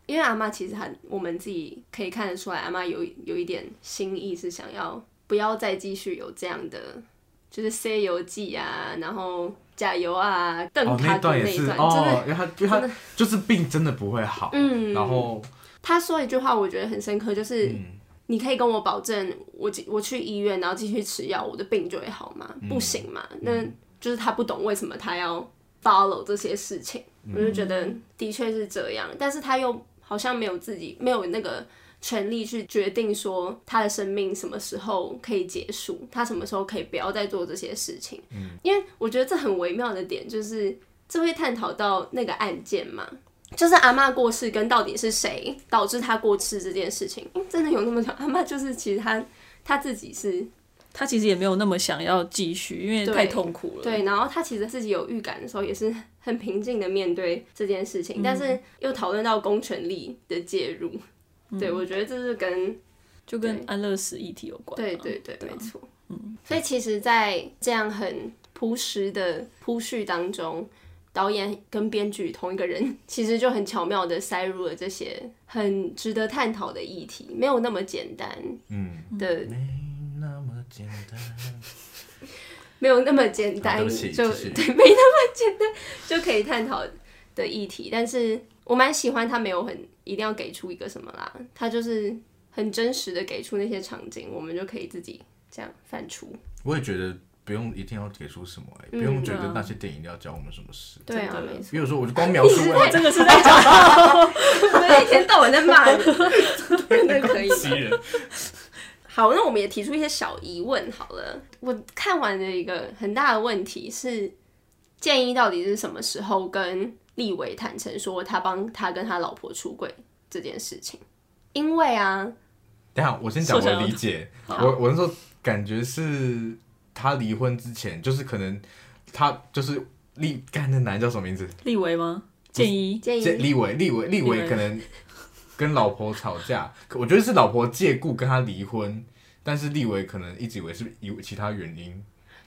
[SPEAKER 1] 因为阿妈其实很，我们自己可以看得出来，阿妈有有一点心意是想要不要再继续有这样的，就是 C 游记啊，然后加油啊，邓
[SPEAKER 2] 哦，
[SPEAKER 1] 卡
[SPEAKER 2] 那
[SPEAKER 1] 古
[SPEAKER 2] 段也
[SPEAKER 1] 一
[SPEAKER 2] 是
[SPEAKER 1] 段，真的
[SPEAKER 2] 哦，因为他因为他就是病真的不会好，
[SPEAKER 1] 嗯
[SPEAKER 2] 然后
[SPEAKER 1] 他说一句话，我觉得很深刻，就是、你可以跟我保证，我继我去医院，然后继续吃药，我的病就会好吗？不行嘛，那就是他不懂为什么他要 follow 这些事情，我就觉得的确是这样，但是他又好像没有自己没有那个。权利去决定说他的生命什么时候可以结束，他什么时候可以不要再做这些事情。嗯，因为我觉得这很微妙的点就是，这会探讨到那个案件嘛，就是阿嬷过世跟到底是谁导致她过世这件事情，嗯真的有那么久？阿 嬷就是其实她她自己是
[SPEAKER 3] 他其实也没有那么想要继续，因为
[SPEAKER 1] 对
[SPEAKER 3] 太痛苦了。
[SPEAKER 1] 对，然后她其实自己有预感的时候也是很平静的面对这件事情，但是又讨论到公权力的介入，对我觉得这是跟
[SPEAKER 3] 就跟
[SPEAKER 1] 对
[SPEAKER 3] 安乐死议题有关、啊。
[SPEAKER 1] 对对对，没错。嗯，所以其实，在这样很朴实的铺叙当中，导演跟编剧同一个人，其实就很巧妙的塞入了这些很值得探讨的议题，没有那么简单
[SPEAKER 2] 嗯，
[SPEAKER 1] 的，
[SPEAKER 2] 没那么简单。
[SPEAKER 1] 没有那么简
[SPEAKER 2] 啊
[SPEAKER 1] 单，
[SPEAKER 2] 对不起
[SPEAKER 1] 就
[SPEAKER 2] 继续
[SPEAKER 1] 对，没那么简单就可以探讨的议题。但是我蛮喜欢他没有很一定要给出一个什么啦，他就是很真实的给出那些场景，我们就可以自己这样翻出。
[SPEAKER 2] 我也觉得不用一定要给出什么、欸，不用觉得那些电影一定要教我们什么事。
[SPEAKER 1] 对啊，
[SPEAKER 3] 真的
[SPEAKER 1] 嗯没错。
[SPEAKER 2] 比如说，我就光描 述
[SPEAKER 3] 我
[SPEAKER 2] 完
[SPEAKER 3] 真的是在讲，
[SPEAKER 1] 对，一天到晚在骂人，真的 可以吗。
[SPEAKER 2] 人，
[SPEAKER 1] 好，那我们也提出一些小疑问好了。我看完的一个很大的问题是，建议到底是什么时候跟立伟坦诚说他帮他跟他老婆出轨这件事情？因为啊，
[SPEAKER 2] 等一下，我先讲我
[SPEAKER 3] 说
[SPEAKER 2] 的
[SPEAKER 3] 讲
[SPEAKER 2] 理解。
[SPEAKER 1] 好
[SPEAKER 2] 我我那时候感觉是他离婚之前，就是可能他就是立干那男的叫什么名字？
[SPEAKER 3] 立维吗？建议
[SPEAKER 1] 建
[SPEAKER 2] 这
[SPEAKER 1] 议
[SPEAKER 2] 立伟，立伟，立
[SPEAKER 3] 立
[SPEAKER 2] 伟
[SPEAKER 3] 伟
[SPEAKER 2] 可能跟老婆吵架，可我觉得是老婆借故跟他离婚，但是立伟可能一直以为是以为其他原因，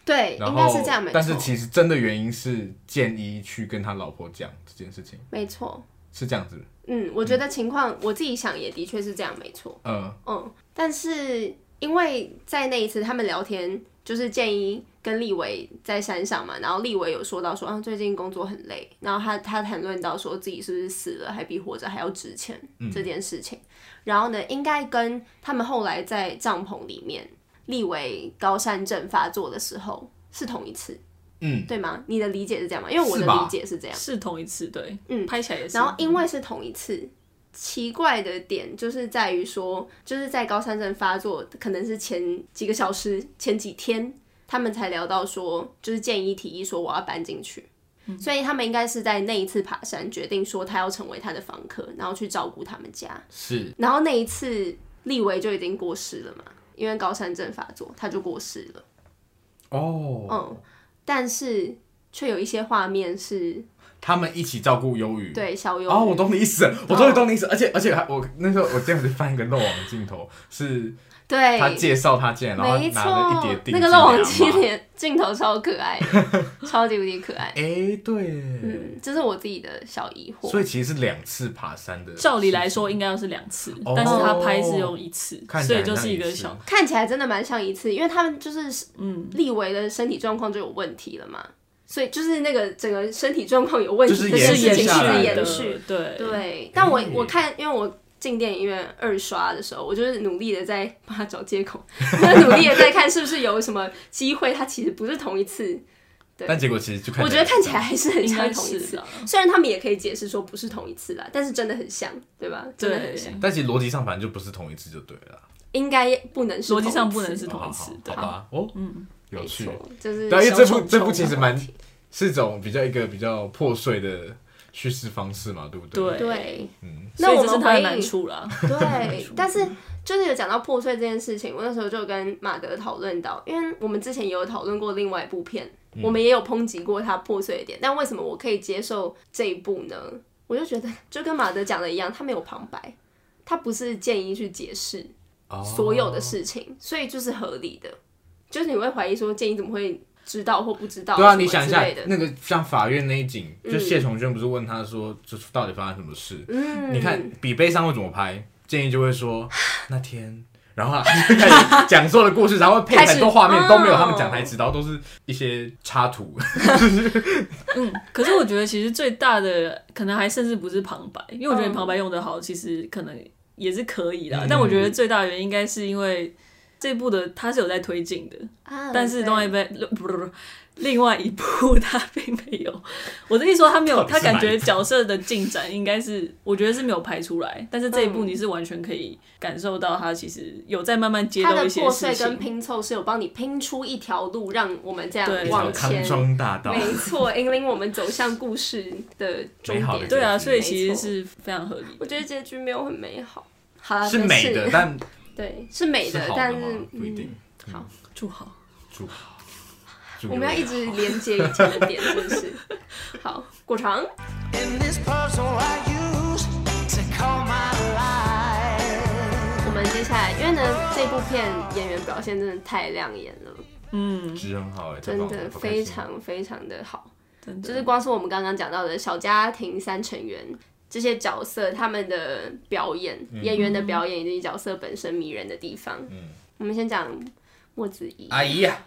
[SPEAKER 1] 对，
[SPEAKER 2] 然
[SPEAKER 1] 应该
[SPEAKER 2] 后
[SPEAKER 1] 是这样没
[SPEAKER 2] 但是
[SPEAKER 1] 错，
[SPEAKER 2] 其实真的原因是建一去跟他老婆讲这件事情，
[SPEAKER 1] 没错。
[SPEAKER 2] 是这样子。
[SPEAKER 1] 嗯，我觉得情况我自己想也的确是这样，没错。
[SPEAKER 2] 呃，
[SPEAKER 1] 嗯，但是因为在那一次他们聊天，就是建一跟立伟在山上嘛，然后立伟有说到说啊，最近工作很累，然后他他谈论到说自己是不是死了还比活着还要值钱、这件事情，然后呢，应该跟他们后来在帐篷里面立伟高山症发作的时候是同一次，
[SPEAKER 2] 嗯，
[SPEAKER 1] 对吗？你的理解是这样吗？因为我的
[SPEAKER 2] 是吧
[SPEAKER 1] 理解是这样。
[SPEAKER 3] 是同一次，对，
[SPEAKER 1] 嗯
[SPEAKER 3] 拍起来也是。
[SPEAKER 1] 然后因为是同一次，奇怪的点就是在于说，就是在高山症发作，可能是前几个小时、前几天，他们才聊到说，就是建议提议说我要搬进去。
[SPEAKER 2] 嗯
[SPEAKER 1] 所以他们应该是在那一次爬山决定说他要成为他的房客，然后去照顾他们家。
[SPEAKER 2] 是
[SPEAKER 1] 然后那一次立维就已经过世了嘛，因为高山症发作他就过世了。
[SPEAKER 2] 哦，
[SPEAKER 1] 嗯，但是却有一些画面是
[SPEAKER 2] 他们一起照顾忧郁，
[SPEAKER 1] 对小优
[SPEAKER 2] 哦，我懂你意思了，我终于懂你意思，而且而且还我那时候我今天去翻一个漏网镜头，是
[SPEAKER 1] 对
[SPEAKER 2] 他介绍他进来，然后
[SPEAKER 1] 没
[SPEAKER 2] 拿
[SPEAKER 1] 错
[SPEAKER 2] 了一叠，定
[SPEAKER 1] 那个
[SPEAKER 2] 金
[SPEAKER 1] 漏网
[SPEAKER 2] 给
[SPEAKER 1] 机
[SPEAKER 2] 阿嬷，
[SPEAKER 1] 的镜头超可爱的， 超级无敌可爱。
[SPEAKER 2] 哎、对耶，
[SPEAKER 1] 嗯，这是我自己的小疑惑。
[SPEAKER 2] 所以其实是两次爬山的，
[SPEAKER 3] 照理来说应该要是两次，
[SPEAKER 2] 哦
[SPEAKER 3] 但是他拍是用一次，
[SPEAKER 2] 看起
[SPEAKER 3] 所
[SPEAKER 2] 来
[SPEAKER 3] 以就是一个
[SPEAKER 2] 很像
[SPEAKER 3] 小
[SPEAKER 2] 一次
[SPEAKER 1] 看起来真的蛮像一次，因为他们就是嗯，立维的身体状况就有问题了嘛，所以就是那个整个身体状况有问题
[SPEAKER 2] 就是
[SPEAKER 1] 这
[SPEAKER 2] 延
[SPEAKER 1] 件
[SPEAKER 2] 续
[SPEAKER 1] 事情
[SPEAKER 2] 下来
[SPEAKER 1] 是
[SPEAKER 2] 的
[SPEAKER 1] 延续。，
[SPEAKER 3] 对，
[SPEAKER 1] 对，但我
[SPEAKER 2] 哎
[SPEAKER 1] 我看，因为我进电影院二刷的时候，我就是努力的在 帮他找借口，努力的在看是不是有什么机会，它其实不是同一次。对
[SPEAKER 2] 但结果其实就看
[SPEAKER 1] 我觉得看起来还是很
[SPEAKER 3] 应
[SPEAKER 1] 像
[SPEAKER 3] 该
[SPEAKER 1] 同一次
[SPEAKER 3] 是。啊，
[SPEAKER 1] 虽然他们也可以解释说不是同一次啦，但是真的很像，对吧？真的
[SPEAKER 3] 对
[SPEAKER 1] 很像，，
[SPEAKER 2] 但其实逻辑上反正就不是同一次就对了，
[SPEAKER 1] 应该不能是
[SPEAKER 3] 逻辑上
[SPEAKER 1] 同
[SPEAKER 3] 不
[SPEAKER 1] 一次嗯
[SPEAKER 3] 能是同一次
[SPEAKER 2] 好，
[SPEAKER 3] 对
[SPEAKER 2] 好好吧？哦，嗯，有
[SPEAKER 1] 没
[SPEAKER 2] 哦趣，
[SPEAKER 1] 错，就是
[SPEAKER 2] 对，因为
[SPEAKER 1] 小
[SPEAKER 2] 这
[SPEAKER 1] 丑
[SPEAKER 2] 部这部
[SPEAKER 1] 丑
[SPEAKER 2] 其
[SPEAKER 1] 的
[SPEAKER 2] 实
[SPEAKER 1] 话
[SPEAKER 2] 蛮
[SPEAKER 1] 题
[SPEAKER 2] 是一种比较一个比较破碎的叙事方式嘛，对不对？
[SPEAKER 3] 对
[SPEAKER 1] 对，
[SPEAKER 2] 嗯，
[SPEAKER 1] 那
[SPEAKER 3] 所以
[SPEAKER 1] 我
[SPEAKER 3] 这是
[SPEAKER 1] 们
[SPEAKER 3] 他的
[SPEAKER 1] 回
[SPEAKER 3] 难
[SPEAKER 1] 应
[SPEAKER 3] 处啦。
[SPEAKER 1] 对，但是就是有讲到破碎这件事情，我那时候就跟马德讨论到，因为我们之前也有讨论过另外一部片，我们也有抨击过它破碎的点，但为什么我可以接受这一部呢？我就觉得就跟马德讲的一样，他没有旁白，他不是建议去解释，所有的事情，所以就是合理的。就是你会怀疑说，建议怎么会知道或不知道？
[SPEAKER 2] 对啊，
[SPEAKER 1] 什么
[SPEAKER 2] 你想一
[SPEAKER 1] 之
[SPEAKER 2] 下
[SPEAKER 1] 类的，嗯
[SPEAKER 2] 那个像法院那一景，就谢琼轩不是问他说，就是到底发生什么事？
[SPEAKER 1] 嗯
[SPEAKER 2] 你看比悲伤会怎么拍？建议就会说那天，然后他就开 始讲述的故事，然后配
[SPEAKER 1] 开始
[SPEAKER 2] 很多画面
[SPEAKER 1] 哦
[SPEAKER 2] 都没有他们讲台词，然后都是一些插图。
[SPEAKER 3] 嗯，可是我觉得其实最大的可能还甚至不是旁白，因为我觉得你旁白用的好，其实可能也是可以啦。
[SPEAKER 2] 嗯
[SPEAKER 3] 但我觉得最大的原因应该是因为这部的它是有在推进的，
[SPEAKER 1] 啊
[SPEAKER 3] 但是
[SPEAKER 1] 对
[SPEAKER 3] 另外一边不不不，另外一部它并没有。我的意思说，它没有，
[SPEAKER 2] 到底
[SPEAKER 3] 它
[SPEAKER 2] 是
[SPEAKER 3] 感
[SPEAKER 2] 哪一
[SPEAKER 3] 觉
[SPEAKER 2] 部
[SPEAKER 3] 角色的进展应该是，我觉得是没有排出来。但是这一部
[SPEAKER 1] 嗯
[SPEAKER 3] 你是完全可以感受到，它其实有在慢慢揭
[SPEAKER 1] 它
[SPEAKER 3] 露
[SPEAKER 1] 的
[SPEAKER 3] 一些
[SPEAKER 1] 破
[SPEAKER 3] 事
[SPEAKER 1] 碎跟
[SPEAKER 3] 情。
[SPEAKER 1] 拼凑是有帮你拼出一条路，让我们这样
[SPEAKER 3] 对
[SPEAKER 2] 一条
[SPEAKER 1] 往
[SPEAKER 2] 康
[SPEAKER 1] 前。
[SPEAKER 2] 庄大道，
[SPEAKER 1] 没错，引领我们走向故事的终
[SPEAKER 2] 美好的
[SPEAKER 1] 点。
[SPEAKER 2] 结
[SPEAKER 3] 对
[SPEAKER 2] 局
[SPEAKER 3] 啊，所以其
[SPEAKER 1] 没
[SPEAKER 3] 实
[SPEAKER 1] 错
[SPEAKER 3] 是非常合理
[SPEAKER 1] 我觉得结局没有很美好。好啦
[SPEAKER 2] 是
[SPEAKER 1] 但
[SPEAKER 2] 美的，但
[SPEAKER 1] 对，是啊 美
[SPEAKER 2] 是
[SPEAKER 1] 的，
[SPEAKER 2] 好
[SPEAKER 1] 但
[SPEAKER 2] 吗
[SPEAKER 1] 是
[SPEAKER 2] 不一定。
[SPEAKER 3] 的。祝好。
[SPEAKER 2] 祝祝
[SPEAKER 1] 我们要
[SPEAKER 2] 你
[SPEAKER 1] 一直连接一节点，真 是。好，果长，
[SPEAKER 4] In this puzzle I used to call my life.
[SPEAKER 1] 我们接下来，因为呢，这部片演员表现真的太亮眼了，
[SPEAKER 3] 嗯，
[SPEAKER 2] 值很好哎，太
[SPEAKER 1] 真
[SPEAKER 2] 棒了
[SPEAKER 1] 的
[SPEAKER 2] 好开
[SPEAKER 1] 非
[SPEAKER 2] 心
[SPEAKER 1] 常非常的好。
[SPEAKER 3] 真的
[SPEAKER 1] 就是光是我们刚刚讲到的小家庭三成员这些角色，他们的表演、
[SPEAKER 2] 嗯
[SPEAKER 1] 演员的表演以及角色本身迷人的地方。嗯，我们先讲莫子仪
[SPEAKER 2] 阿姨呀，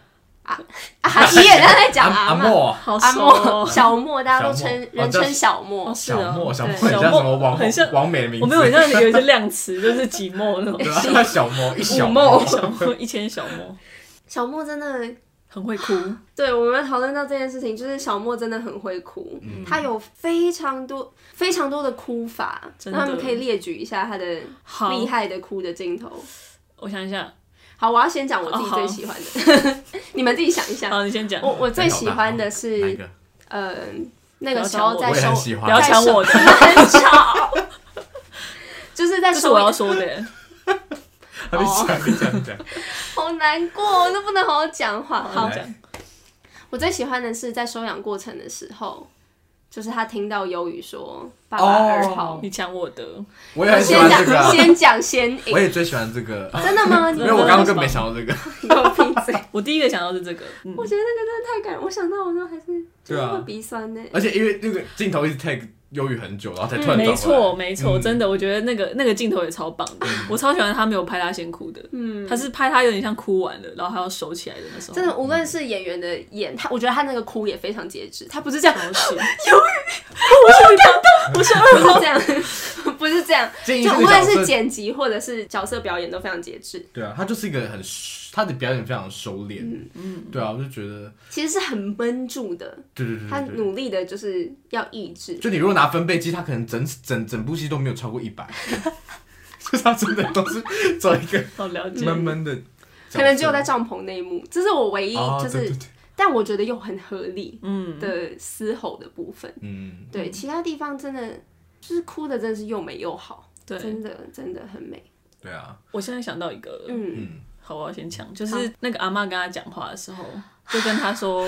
[SPEAKER 1] 阿姨也在讲
[SPEAKER 2] 阿
[SPEAKER 1] 嬷
[SPEAKER 2] 莫哎啊。
[SPEAKER 3] 好
[SPEAKER 1] 阿
[SPEAKER 3] 熟
[SPEAKER 1] 莫、
[SPEAKER 3] 哦。
[SPEAKER 1] 小莫，大家都
[SPEAKER 2] 小莫
[SPEAKER 1] 称
[SPEAKER 2] 哦
[SPEAKER 1] 人
[SPEAKER 2] 这
[SPEAKER 1] 称小莫
[SPEAKER 3] 哦。是
[SPEAKER 2] 小
[SPEAKER 3] 哦
[SPEAKER 2] 莫，小莫
[SPEAKER 1] 对
[SPEAKER 2] 很像什么王
[SPEAKER 3] 很像
[SPEAKER 2] 王美的名字？
[SPEAKER 3] 我没有很像有一些量词，就是几墨那种。
[SPEAKER 2] 对啊，小莫一小
[SPEAKER 3] 五墨、小墨、一千小墨，
[SPEAKER 1] 小莫真的
[SPEAKER 3] 很会哭。
[SPEAKER 1] 对，我们讨论到这件事情，就是小莫真的很会哭，
[SPEAKER 2] 嗯
[SPEAKER 1] 他有非常多非常多的哭法，
[SPEAKER 3] 真的
[SPEAKER 1] 那他们可以列举一下他的
[SPEAKER 3] 好，
[SPEAKER 1] 厉害的哭的镜头。
[SPEAKER 3] 我想一下。
[SPEAKER 1] 好，我要先讲我自己
[SPEAKER 3] 哦好
[SPEAKER 1] 最喜欢的， 你们自己想一下。
[SPEAKER 3] 好，你先讲。
[SPEAKER 1] 我我最喜欢的
[SPEAKER 2] 哪一
[SPEAKER 1] 是，
[SPEAKER 2] 个？
[SPEAKER 1] 呃，那个时候
[SPEAKER 3] 不
[SPEAKER 1] 在
[SPEAKER 3] 要抢
[SPEAKER 2] 我
[SPEAKER 3] 我
[SPEAKER 1] 收
[SPEAKER 2] 也很，喜
[SPEAKER 3] 不
[SPEAKER 2] 欢
[SPEAKER 3] 要。抢我的，
[SPEAKER 1] 很吵， 就是在
[SPEAKER 3] 这是
[SPEAKER 1] 收
[SPEAKER 3] 我要说的。
[SPEAKER 2] 他被
[SPEAKER 1] 哦
[SPEAKER 2] 吓被吓讲。
[SPEAKER 1] 好难过，都不能好好讲话。好
[SPEAKER 3] 好，讲
[SPEAKER 1] 我最喜欢的是在收养过程的时候，就是他听到忧雨说“爸爸
[SPEAKER 2] 哦
[SPEAKER 1] 二号
[SPEAKER 3] 你抢我的，”，
[SPEAKER 2] 我也很喜
[SPEAKER 1] 先
[SPEAKER 2] 欢这个
[SPEAKER 1] 讲
[SPEAKER 2] 啊，
[SPEAKER 1] 先讲先
[SPEAKER 2] 我
[SPEAKER 1] 赢，
[SPEAKER 2] 也最喜欢这个，
[SPEAKER 1] 真的吗？你
[SPEAKER 2] 因为我刚刚根本没想到这个。
[SPEAKER 1] 你给我闭嘴！
[SPEAKER 3] 我第一个想到是这个。嗯
[SPEAKER 1] 我觉得那个真的太感人，我想到我都还是就
[SPEAKER 2] 对
[SPEAKER 1] 是
[SPEAKER 2] 啊
[SPEAKER 1] 会鼻酸呢。
[SPEAKER 2] 而且因为那个镜头一直 take 忧郁很久，然后才突然转回来
[SPEAKER 3] 没错，没错，
[SPEAKER 2] 嗯
[SPEAKER 3] 真的，我觉得那个那个镜头也超棒的， 我超喜欢他没有拍他先哭的，
[SPEAKER 1] 嗯，
[SPEAKER 3] 他是拍他有点像哭完了，然后还要收起来的那时候，
[SPEAKER 1] 真的，无论是演员的演，他我觉得他那个哭也非常节制，他不是这样，
[SPEAKER 2] 哦
[SPEAKER 3] 超气，
[SPEAKER 1] 不是这样， 不是这样，
[SPEAKER 2] 建议
[SPEAKER 1] 就
[SPEAKER 2] 这
[SPEAKER 1] 无
[SPEAKER 2] 个角
[SPEAKER 1] 论
[SPEAKER 2] 色
[SPEAKER 1] 是剪辑或者是角色表演都非常节制，
[SPEAKER 2] 对啊，他就是一个很他的表演非常收敛，嗯，对啊，我就觉得
[SPEAKER 1] 其实是很闷住的，
[SPEAKER 2] 对对对
[SPEAKER 1] 他
[SPEAKER 2] 对对。
[SPEAKER 1] 努力的就是要抑制。
[SPEAKER 2] 就你如果拿分贝机，他可能整整整部戏都没有超过一百， 就是他真的都是走一个
[SPEAKER 3] 好了解，
[SPEAKER 2] 闷闷的角色，
[SPEAKER 1] 嗯可能只有在帐篷那一幕，这是我唯一
[SPEAKER 2] 哦
[SPEAKER 1] 就是，
[SPEAKER 2] 对对对
[SPEAKER 1] 但我觉得又很合理
[SPEAKER 3] 嗯，
[SPEAKER 1] 的嘶吼的部分。
[SPEAKER 2] 嗯，
[SPEAKER 1] 对，其他地方真的就是哭的，真的是又美又好，
[SPEAKER 3] 对，
[SPEAKER 1] 真的真的很 美。
[SPEAKER 2] 对啊，
[SPEAKER 3] 我现在想到一个，
[SPEAKER 1] 嗯，
[SPEAKER 2] 嗯，
[SPEAKER 3] 好，我要先抢，就
[SPEAKER 1] 好
[SPEAKER 3] 是那个阿妈跟他讲话的时候，就跟他说，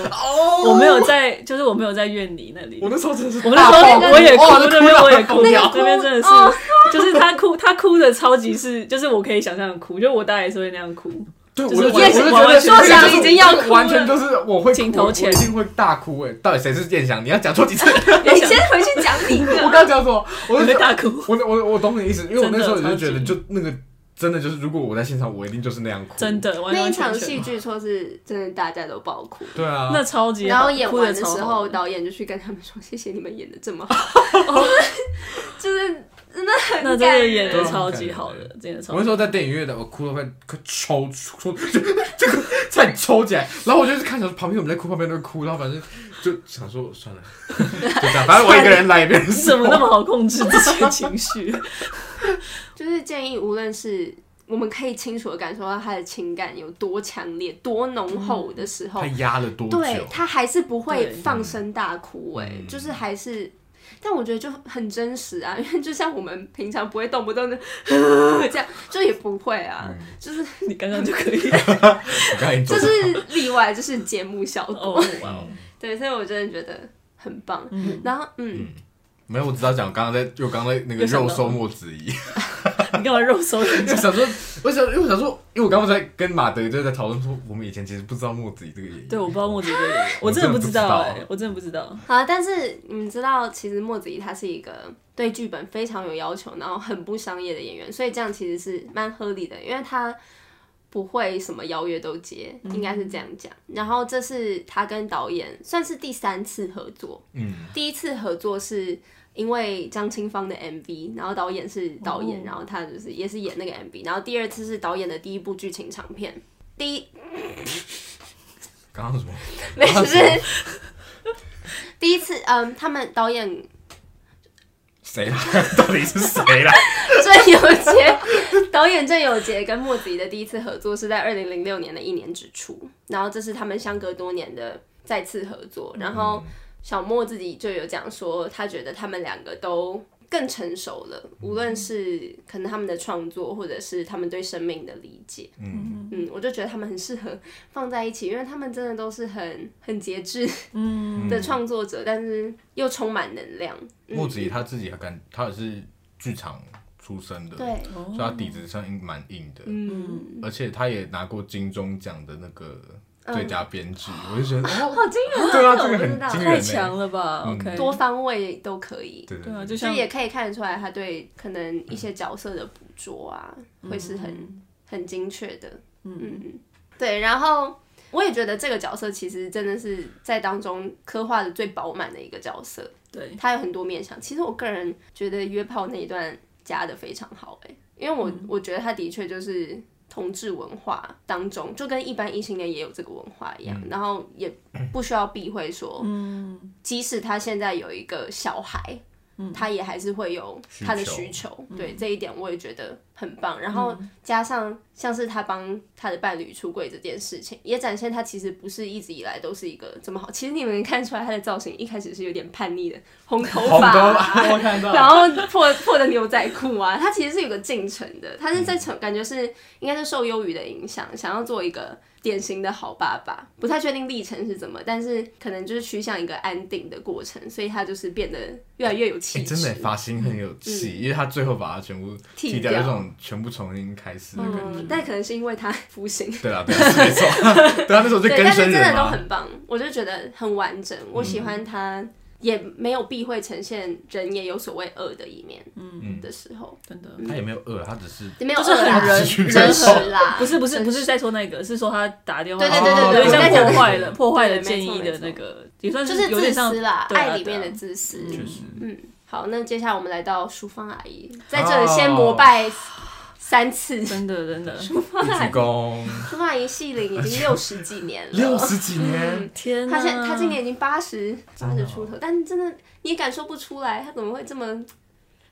[SPEAKER 3] 我没有在，就是我没有在院里那里，
[SPEAKER 2] 我那时候真的是
[SPEAKER 3] 我们那时
[SPEAKER 1] 大爆
[SPEAKER 3] 候我也哦哭
[SPEAKER 2] 哇，
[SPEAKER 3] 那边我也哭，
[SPEAKER 2] 那个哭
[SPEAKER 3] 那边真的是，就是他哭，他哭的超级是，就是我可以想象的哭，就我大概也是会那样哭，
[SPEAKER 2] 对，
[SPEAKER 3] 就
[SPEAKER 2] 我
[SPEAKER 3] 是
[SPEAKER 2] 就
[SPEAKER 3] 我
[SPEAKER 2] 我
[SPEAKER 3] 也
[SPEAKER 2] 就是觉得
[SPEAKER 3] 我
[SPEAKER 2] 这个
[SPEAKER 3] 说
[SPEAKER 2] 就是
[SPEAKER 3] 想已经要哭了
[SPEAKER 2] 完全就是我会哭
[SPEAKER 3] 镜头
[SPEAKER 2] 我
[SPEAKER 3] 前
[SPEAKER 2] 一定会大哭哎，到底谁是燕翔？你要讲错几次？
[SPEAKER 1] 你哎先回去讲你的。
[SPEAKER 2] 我刚讲什么？我
[SPEAKER 3] 我
[SPEAKER 2] 就
[SPEAKER 3] 会大哭，
[SPEAKER 2] 我我我懂你的意思，因为我那时候也
[SPEAKER 3] 真的
[SPEAKER 2] 就觉得，
[SPEAKER 3] 超级
[SPEAKER 2] 就那个真的就是，如果我在现场，我一定就是那样哭。
[SPEAKER 3] 真，的，完
[SPEAKER 1] 那一
[SPEAKER 3] 完全
[SPEAKER 1] 场
[SPEAKER 3] 全
[SPEAKER 1] 戏据说是真的大家都爆哭，
[SPEAKER 2] 对啊，
[SPEAKER 3] 那超级好，
[SPEAKER 1] 然后演
[SPEAKER 3] 哭
[SPEAKER 1] 完
[SPEAKER 3] 得
[SPEAKER 1] 的
[SPEAKER 3] 超
[SPEAKER 1] 时
[SPEAKER 3] 好
[SPEAKER 1] 候，导演就去跟他们说：“谢谢你们演的这么好， 就是
[SPEAKER 3] 那真的演
[SPEAKER 1] 对
[SPEAKER 3] 的
[SPEAKER 1] 啊
[SPEAKER 3] 超级好的，真的超
[SPEAKER 2] 我那时候在电影院的，我哭到快快抽抽，就这个差点抽起来。然后我就是看着旁边我们在哭，旁边都在哭，然后反正就想说算了， 就这样，反正我一个人来，别人
[SPEAKER 3] 你怎么那么好控制自己的情绪？
[SPEAKER 1] 就是建议，无论是我们可以清楚的感受到他的情感有多强烈、多浓厚的时候，
[SPEAKER 2] 他压了多久？
[SPEAKER 1] 对他还是不会
[SPEAKER 3] 对
[SPEAKER 1] 放声大哭、哎、
[SPEAKER 2] 嗯
[SPEAKER 1] 就是还是。但我觉得就很真实啊， 因为就像我们平常不会动不动的 这样，就也不会啊，
[SPEAKER 3] 嗯
[SPEAKER 1] 就是
[SPEAKER 3] 你刚刚就可以
[SPEAKER 2] 我刚才已经
[SPEAKER 1] 这
[SPEAKER 2] 做到
[SPEAKER 1] 是例外，就是节目效果。
[SPEAKER 3] 哦，哇哦，
[SPEAKER 1] 对，所以我真的觉得很棒。
[SPEAKER 3] 嗯
[SPEAKER 1] 然后嗯，
[SPEAKER 2] 没有，我只要讲我刚刚在，就我刚刚在那个
[SPEAKER 3] 又想到
[SPEAKER 2] 肉搜莫子仪，
[SPEAKER 3] 你干嘛肉搜人
[SPEAKER 2] 就
[SPEAKER 3] 家？
[SPEAKER 2] 想说，我想，因为我想说，因为我刚刚才跟马德就在讨论说，我们以前其实不知道墨子怡这个演员。
[SPEAKER 3] 对，我不知道墨子这个人，
[SPEAKER 2] 我
[SPEAKER 3] 我
[SPEAKER 2] 真
[SPEAKER 3] 真
[SPEAKER 2] 的不
[SPEAKER 3] 的不
[SPEAKER 2] 知
[SPEAKER 3] 知
[SPEAKER 2] 道
[SPEAKER 3] 道哎，我真的不知道。
[SPEAKER 1] 好，但是你们知道，其实莫子仪他是一个对剧本非常有要求，然后很不商业的演员，所以这样其实是蛮合理的，因为他不会什么邀约都接，应该是这样讲。然后这是他跟导演算是第三次合作，
[SPEAKER 2] 嗯，
[SPEAKER 1] 第一次合作是因为张清芳的 MV，然后导演是导演，
[SPEAKER 3] 哦
[SPEAKER 1] 然后他就是也是演那个 MV，然后第二次是导演的第一部剧情长片，第一
[SPEAKER 2] 刚刚说什么？
[SPEAKER 1] 没事。 第一次，嗯，他们导演
[SPEAKER 2] 谁啦？ 到底是谁啦？
[SPEAKER 1] 郑有杰导演郑有杰跟莫子仪的第一次合作是在二零零六年的一年之初，然后这是他们相隔多年的再次合作。然后小莫自己就有讲说，他觉得他们两个都更成熟了，无论是可能他们的创作，或者是他们对生命的理解。
[SPEAKER 2] 嗯，
[SPEAKER 1] 嗯，我就觉得他们很适合放在一起，因为他们真的都是很很节制
[SPEAKER 3] 嗯，
[SPEAKER 1] 的创作者，但是又充满能量。嗯
[SPEAKER 2] 墨子怡他自己还敢，他也是剧场出身的，，
[SPEAKER 1] 对，
[SPEAKER 2] 所以他底子上硬蛮硬的，
[SPEAKER 1] 嗯，
[SPEAKER 2] 而且他也拿过金钟奖的那个最佳编剧，我就觉得哦，
[SPEAKER 1] 好惊人，
[SPEAKER 2] 对啊，
[SPEAKER 1] 我
[SPEAKER 2] 这个
[SPEAKER 1] 不知
[SPEAKER 2] 很
[SPEAKER 1] 道
[SPEAKER 2] 惊人欸，
[SPEAKER 3] 太强了吧
[SPEAKER 2] 嗯
[SPEAKER 3] ？OK，
[SPEAKER 1] 多方位都可以，
[SPEAKER 2] 对对
[SPEAKER 3] 对啊，
[SPEAKER 2] 对，
[SPEAKER 1] 就
[SPEAKER 3] 就像
[SPEAKER 1] 也可以看得出来，他对可能一些角色的捕捉啊，
[SPEAKER 3] 嗯
[SPEAKER 1] 会是很很精确的。嗯嗯，对。然后我也觉得这个角色其实真的是在当中刻画的最饱满的一个角色，
[SPEAKER 3] 对，
[SPEAKER 1] 他有很多面向。其实我个人觉得约炮那一段加的非常好、欸，因为我、
[SPEAKER 3] 嗯
[SPEAKER 1] 我觉得他的确就是。同志文化当中，就跟一般异性恋也有这个文化一样，然后也不需要避讳说，
[SPEAKER 3] 嗯，
[SPEAKER 1] 即使他现在有一个小孩，他也还是会有他的需
[SPEAKER 2] 需
[SPEAKER 1] 求。对、这一点，我也觉得很棒。然后加上像是他帮他的伴侣出柜这件事情，也展现他其实不是一直以来都是一个这么好。其实你们看出来他的造型一开始是有点叛逆的，红头
[SPEAKER 2] 红
[SPEAKER 1] 发、啊
[SPEAKER 2] 都我
[SPEAKER 3] 哎
[SPEAKER 2] 看
[SPEAKER 1] 然
[SPEAKER 2] 到，
[SPEAKER 1] 后破破的牛仔裤啊，他其实是有个进程的，他是在成感觉是应该是受忧郁的影响，想要做一个典型的好爸爸，不太确定历程是怎么，但是可能就是趋向一个安定的过程，所以他就是变得越来越有气
[SPEAKER 2] 哎，
[SPEAKER 1] 质。
[SPEAKER 2] 真的发型很有戏，因为他最后把它全部
[SPEAKER 1] 嗯剃
[SPEAKER 2] 剃掉，
[SPEAKER 1] 掉
[SPEAKER 2] 有种全部重新开始的感觉。
[SPEAKER 1] 嗯，但可能是因为他服刑，
[SPEAKER 2] 对啊，对啊，是没错， 对啊，那时候就
[SPEAKER 1] 对，
[SPEAKER 2] 跟
[SPEAKER 1] 但是
[SPEAKER 2] 生
[SPEAKER 1] 真
[SPEAKER 2] 人
[SPEAKER 1] 的都
[SPEAKER 2] 嘛，
[SPEAKER 1] 很棒，我就觉得很完整，我喜欢他。也没有避讳呈现人也有所谓恶的一面，嗯的时候，
[SPEAKER 3] 真的。
[SPEAKER 2] 他也没有饿，他只是
[SPEAKER 1] 没有
[SPEAKER 3] 就是
[SPEAKER 1] 恶啦
[SPEAKER 3] 很人
[SPEAKER 2] 真
[SPEAKER 1] 真
[SPEAKER 2] 实
[SPEAKER 1] 实啦，
[SPEAKER 3] 不是不是
[SPEAKER 1] 真
[SPEAKER 3] 不是在说那个，是说他打电话，哦
[SPEAKER 1] 对对
[SPEAKER 2] 对对对
[SPEAKER 3] 有点
[SPEAKER 2] 我在
[SPEAKER 3] 像
[SPEAKER 2] 讲
[SPEAKER 3] 破坏了破坏了
[SPEAKER 1] 对
[SPEAKER 3] 建
[SPEAKER 1] 没
[SPEAKER 3] 议
[SPEAKER 1] 错
[SPEAKER 3] 的那个，也算
[SPEAKER 1] 就是
[SPEAKER 3] 嗯有
[SPEAKER 1] 自
[SPEAKER 3] 点像
[SPEAKER 1] 私啦，
[SPEAKER 3] 对啊
[SPEAKER 1] 爱里面的
[SPEAKER 3] 对啊
[SPEAKER 1] 自私。
[SPEAKER 2] 确实，
[SPEAKER 1] 嗯，好，那接下来我们来到淑芳阿姨，在这里
[SPEAKER 2] 哦
[SPEAKER 1] 先膜拜三次。
[SPEAKER 3] 真的真的，
[SPEAKER 2] 一鞠躬
[SPEAKER 1] 淑芳阿姨戏龄已经六十几年了，
[SPEAKER 2] 嗯六十几
[SPEAKER 1] 嗯
[SPEAKER 2] 年，
[SPEAKER 3] 天哪！
[SPEAKER 1] 她现她今年已经八十八
[SPEAKER 2] 真的
[SPEAKER 1] 十
[SPEAKER 2] 哦
[SPEAKER 1] 出头，但真的你也感受不出来，她怎么会这么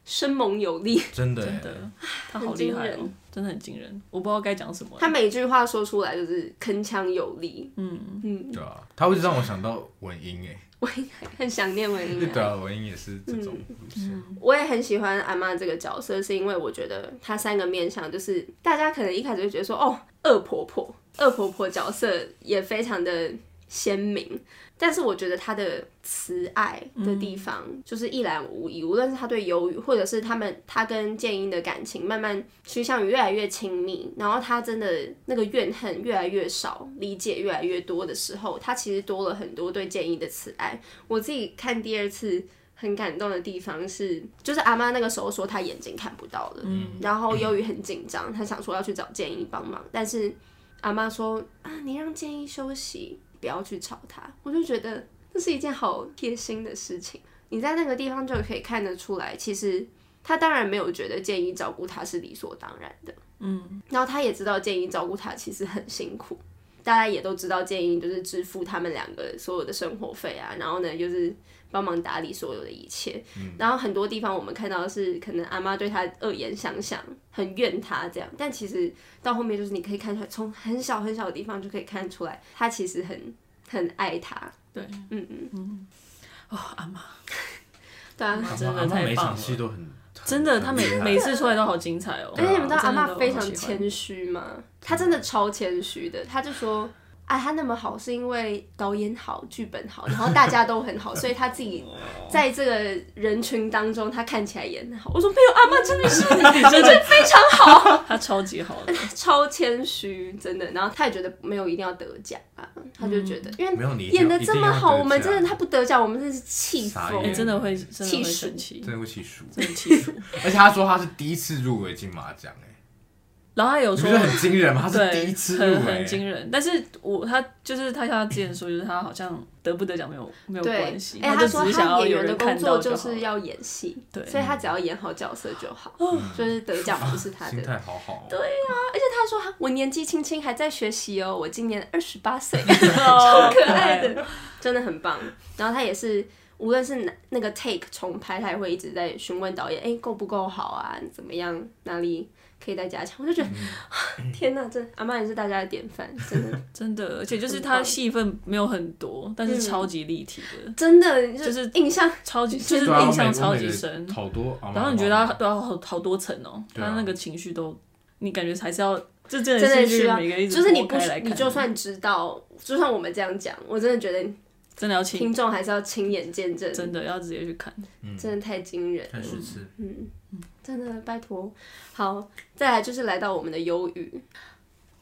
[SPEAKER 1] 生猛有力？
[SPEAKER 2] 真的
[SPEAKER 3] 真
[SPEAKER 2] 欸
[SPEAKER 3] 的，他好厉害
[SPEAKER 1] 很惊
[SPEAKER 3] 哦
[SPEAKER 1] 人，
[SPEAKER 3] 真的很惊人，我不知道该讲什么。
[SPEAKER 1] 她每一句话说出来就是铿锵有力，
[SPEAKER 3] 嗯，
[SPEAKER 1] 嗯，
[SPEAKER 2] 对啊，他会让我想到文英诶，
[SPEAKER 1] 很想念文英啊。
[SPEAKER 2] 对啊，文英也是这种
[SPEAKER 1] 嗯
[SPEAKER 2] 路线，
[SPEAKER 1] 我也很喜欢阿妈这个角色，是因为我觉得她三个面相，就是大家可能一开始会觉得说，哦，恶婆婆，恶婆婆角色也非常的鲜明，但是我觉得她的慈爱的地方，就是一览无遗，无论是她对忧郁，或者是他们她跟建英的感情慢慢趋向于越来越亲密，然后她真的那个怨恨越来越少，理解越来越多的时候，她其实多了很多对建英的慈爱。我自己看第二次。很感动的地方是，就是阿妈那个时候说她眼睛看不到了，然后由于很紧张，她想说要去找建议帮忙，但是阿妈说啊，你让建议休息，不要去吵他。我就觉得这是一件好贴心的事情。你在那个地方就可以看得出来，其实他当然没有觉得建议照顾他是理所当然的，嗯，然后他也知道建议照顾他其实很辛苦。大家也都知道，建议就是支付他们两个所有的生活费啊，然后呢，就是帮忙打理所有的一切。然后很多地方我们看到的是，可能阿妈对他恶言相向，很怨他这样，但其实到后面就是你可以看出来，从很小很小的地方就可以看出来，他其实很很爱他。
[SPEAKER 3] 对，
[SPEAKER 1] 嗯嗯，
[SPEAKER 3] 哦，阿妈
[SPEAKER 1] 对啊。
[SPEAKER 2] 阿嬷
[SPEAKER 3] 真的
[SPEAKER 2] 阿嬷
[SPEAKER 3] 太
[SPEAKER 2] 每
[SPEAKER 3] 棒
[SPEAKER 2] 场
[SPEAKER 3] 了
[SPEAKER 2] 戏都很，
[SPEAKER 3] 真的，他每
[SPEAKER 2] 很厉害
[SPEAKER 3] 每次出来都好精彩哦。
[SPEAKER 1] 而且你们知道
[SPEAKER 3] 真
[SPEAKER 1] 阿
[SPEAKER 3] 的都
[SPEAKER 1] 妈非常
[SPEAKER 3] 好喜欢
[SPEAKER 1] 谦虚吗？她真的超谦虚的，她就说：“啊，他那么好是因为导演好、剧本好，然后大家都很好，所以他自己在这个人群当中，他看起来也很好。我说没有，阿妈真的是真的非常好，
[SPEAKER 3] 他超级好 的，
[SPEAKER 1] 超谦虚，真的。然后他也觉得没有一定要得奖啊，他就觉得、因
[SPEAKER 2] 嗯没有你
[SPEAKER 1] 为
[SPEAKER 2] 一定要
[SPEAKER 1] 演的这么好，
[SPEAKER 2] 一定要得奖
[SPEAKER 1] 我们真的他不得奖，我们真的是气
[SPEAKER 2] 傻
[SPEAKER 1] 疯
[SPEAKER 2] 眼
[SPEAKER 3] 哎，。真的会真的
[SPEAKER 1] 气
[SPEAKER 3] 会
[SPEAKER 1] 死
[SPEAKER 3] 生气，
[SPEAKER 2] 真的会气输。
[SPEAKER 1] 嗯
[SPEAKER 3] 真的气死。
[SPEAKER 2] 而且他说他是第一次入围金马奖，哎，
[SPEAKER 3] 然后他有
[SPEAKER 2] 你
[SPEAKER 3] 说
[SPEAKER 2] 不觉得很惊人吗？他是
[SPEAKER 3] 对，
[SPEAKER 2] 第一次
[SPEAKER 3] 很
[SPEAKER 2] 入
[SPEAKER 3] 很
[SPEAKER 2] 围，
[SPEAKER 3] 惊人。但是我他就是他像他之前说，就是他好像得不得奖没有没有
[SPEAKER 1] 对
[SPEAKER 3] 关系，，
[SPEAKER 1] 哎、
[SPEAKER 3] 就
[SPEAKER 1] 他
[SPEAKER 3] 只
[SPEAKER 1] 说
[SPEAKER 3] 是想
[SPEAKER 1] 他
[SPEAKER 3] 要
[SPEAKER 1] 演
[SPEAKER 3] 有
[SPEAKER 1] 员的
[SPEAKER 3] 人
[SPEAKER 1] 工
[SPEAKER 3] 看
[SPEAKER 1] 作
[SPEAKER 3] 到
[SPEAKER 1] 就
[SPEAKER 3] 好
[SPEAKER 1] 是要演戏，
[SPEAKER 3] 对嗯
[SPEAKER 1] 所以他只要演好角色就好，就是得奖不是他的
[SPEAKER 2] 心。态好哦好。对，
[SPEAKER 1] 他说哈我年纪轻轻还在学习哦，我今年二十八岁，
[SPEAKER 3] 超
[SPEAKER 1] 可爱的，真的很棒。然后他也是，无论是哪那个 take 重拍，他也会一直在询问导演，哎、够不够好啊？怎么样？哪里可以再加强？我就觉得， 天哪，真的阿曼也是大家的典范，真的，
[SPEAKER 3] 真的，而且就是
[SPEAKER 1] 很
[SPEAKER 3] 他
[SPEAKER 1] 棒
[SPEAKER 3] 戏份没有很多，但是
[SPEAKER 1] 嗯
[SPEAKER 3] 超级立体的，
[SPEAKER 1] 真的就
[SPEAKER 3] 就是
[SPEAKER 1] 印象
[SPEAKER 3] 超级就是
[SPEAKER 2] 对啊，
[SPEAKER 3] 印象
[SPEAKER 2] 美
[SPEAKER 3] 超级
[SPEAKER 2] 美的
[SPEAKER 3] 深。
[SPEAKER 2] 好多。啊
[SPEAKER 3] 然后你觉得他都要好好多层哦，
[SPEAKER 2] 对啊
[SPEAKER 3] 他那个情绪都，你感觉还是要，这真
[SPEAKER 1] 真
[SPEAKER 3] 的
[SPEAKER 1] 的
[SPEAKER 3] 是
[SPEAKER 1] 需要，
[SPEAKER 3] 每个一直
[SPEAKER 1] 就是你
[SPEAKER 3] 拨
[SPEAKER 1] 不
[SPEAKER 3] 开来，看
[SPEAKER 1] 你就算知道，就算我们这样讲，我真的觉得
[SPEAKER 3] 真的要亲，
[SPEAKER 1] 听众还是要亲眼见证，
[SPEAKER 3] 真的要直接去看。
[SPEAKER 1] 真的太惊人
[SPEAKER 2] 看十
[SPEAKER 3] 嗯
[SPEAKER 2] 次，
[SPEAKER 1] 真的拜托。好，再来就是来到我们的忧郁。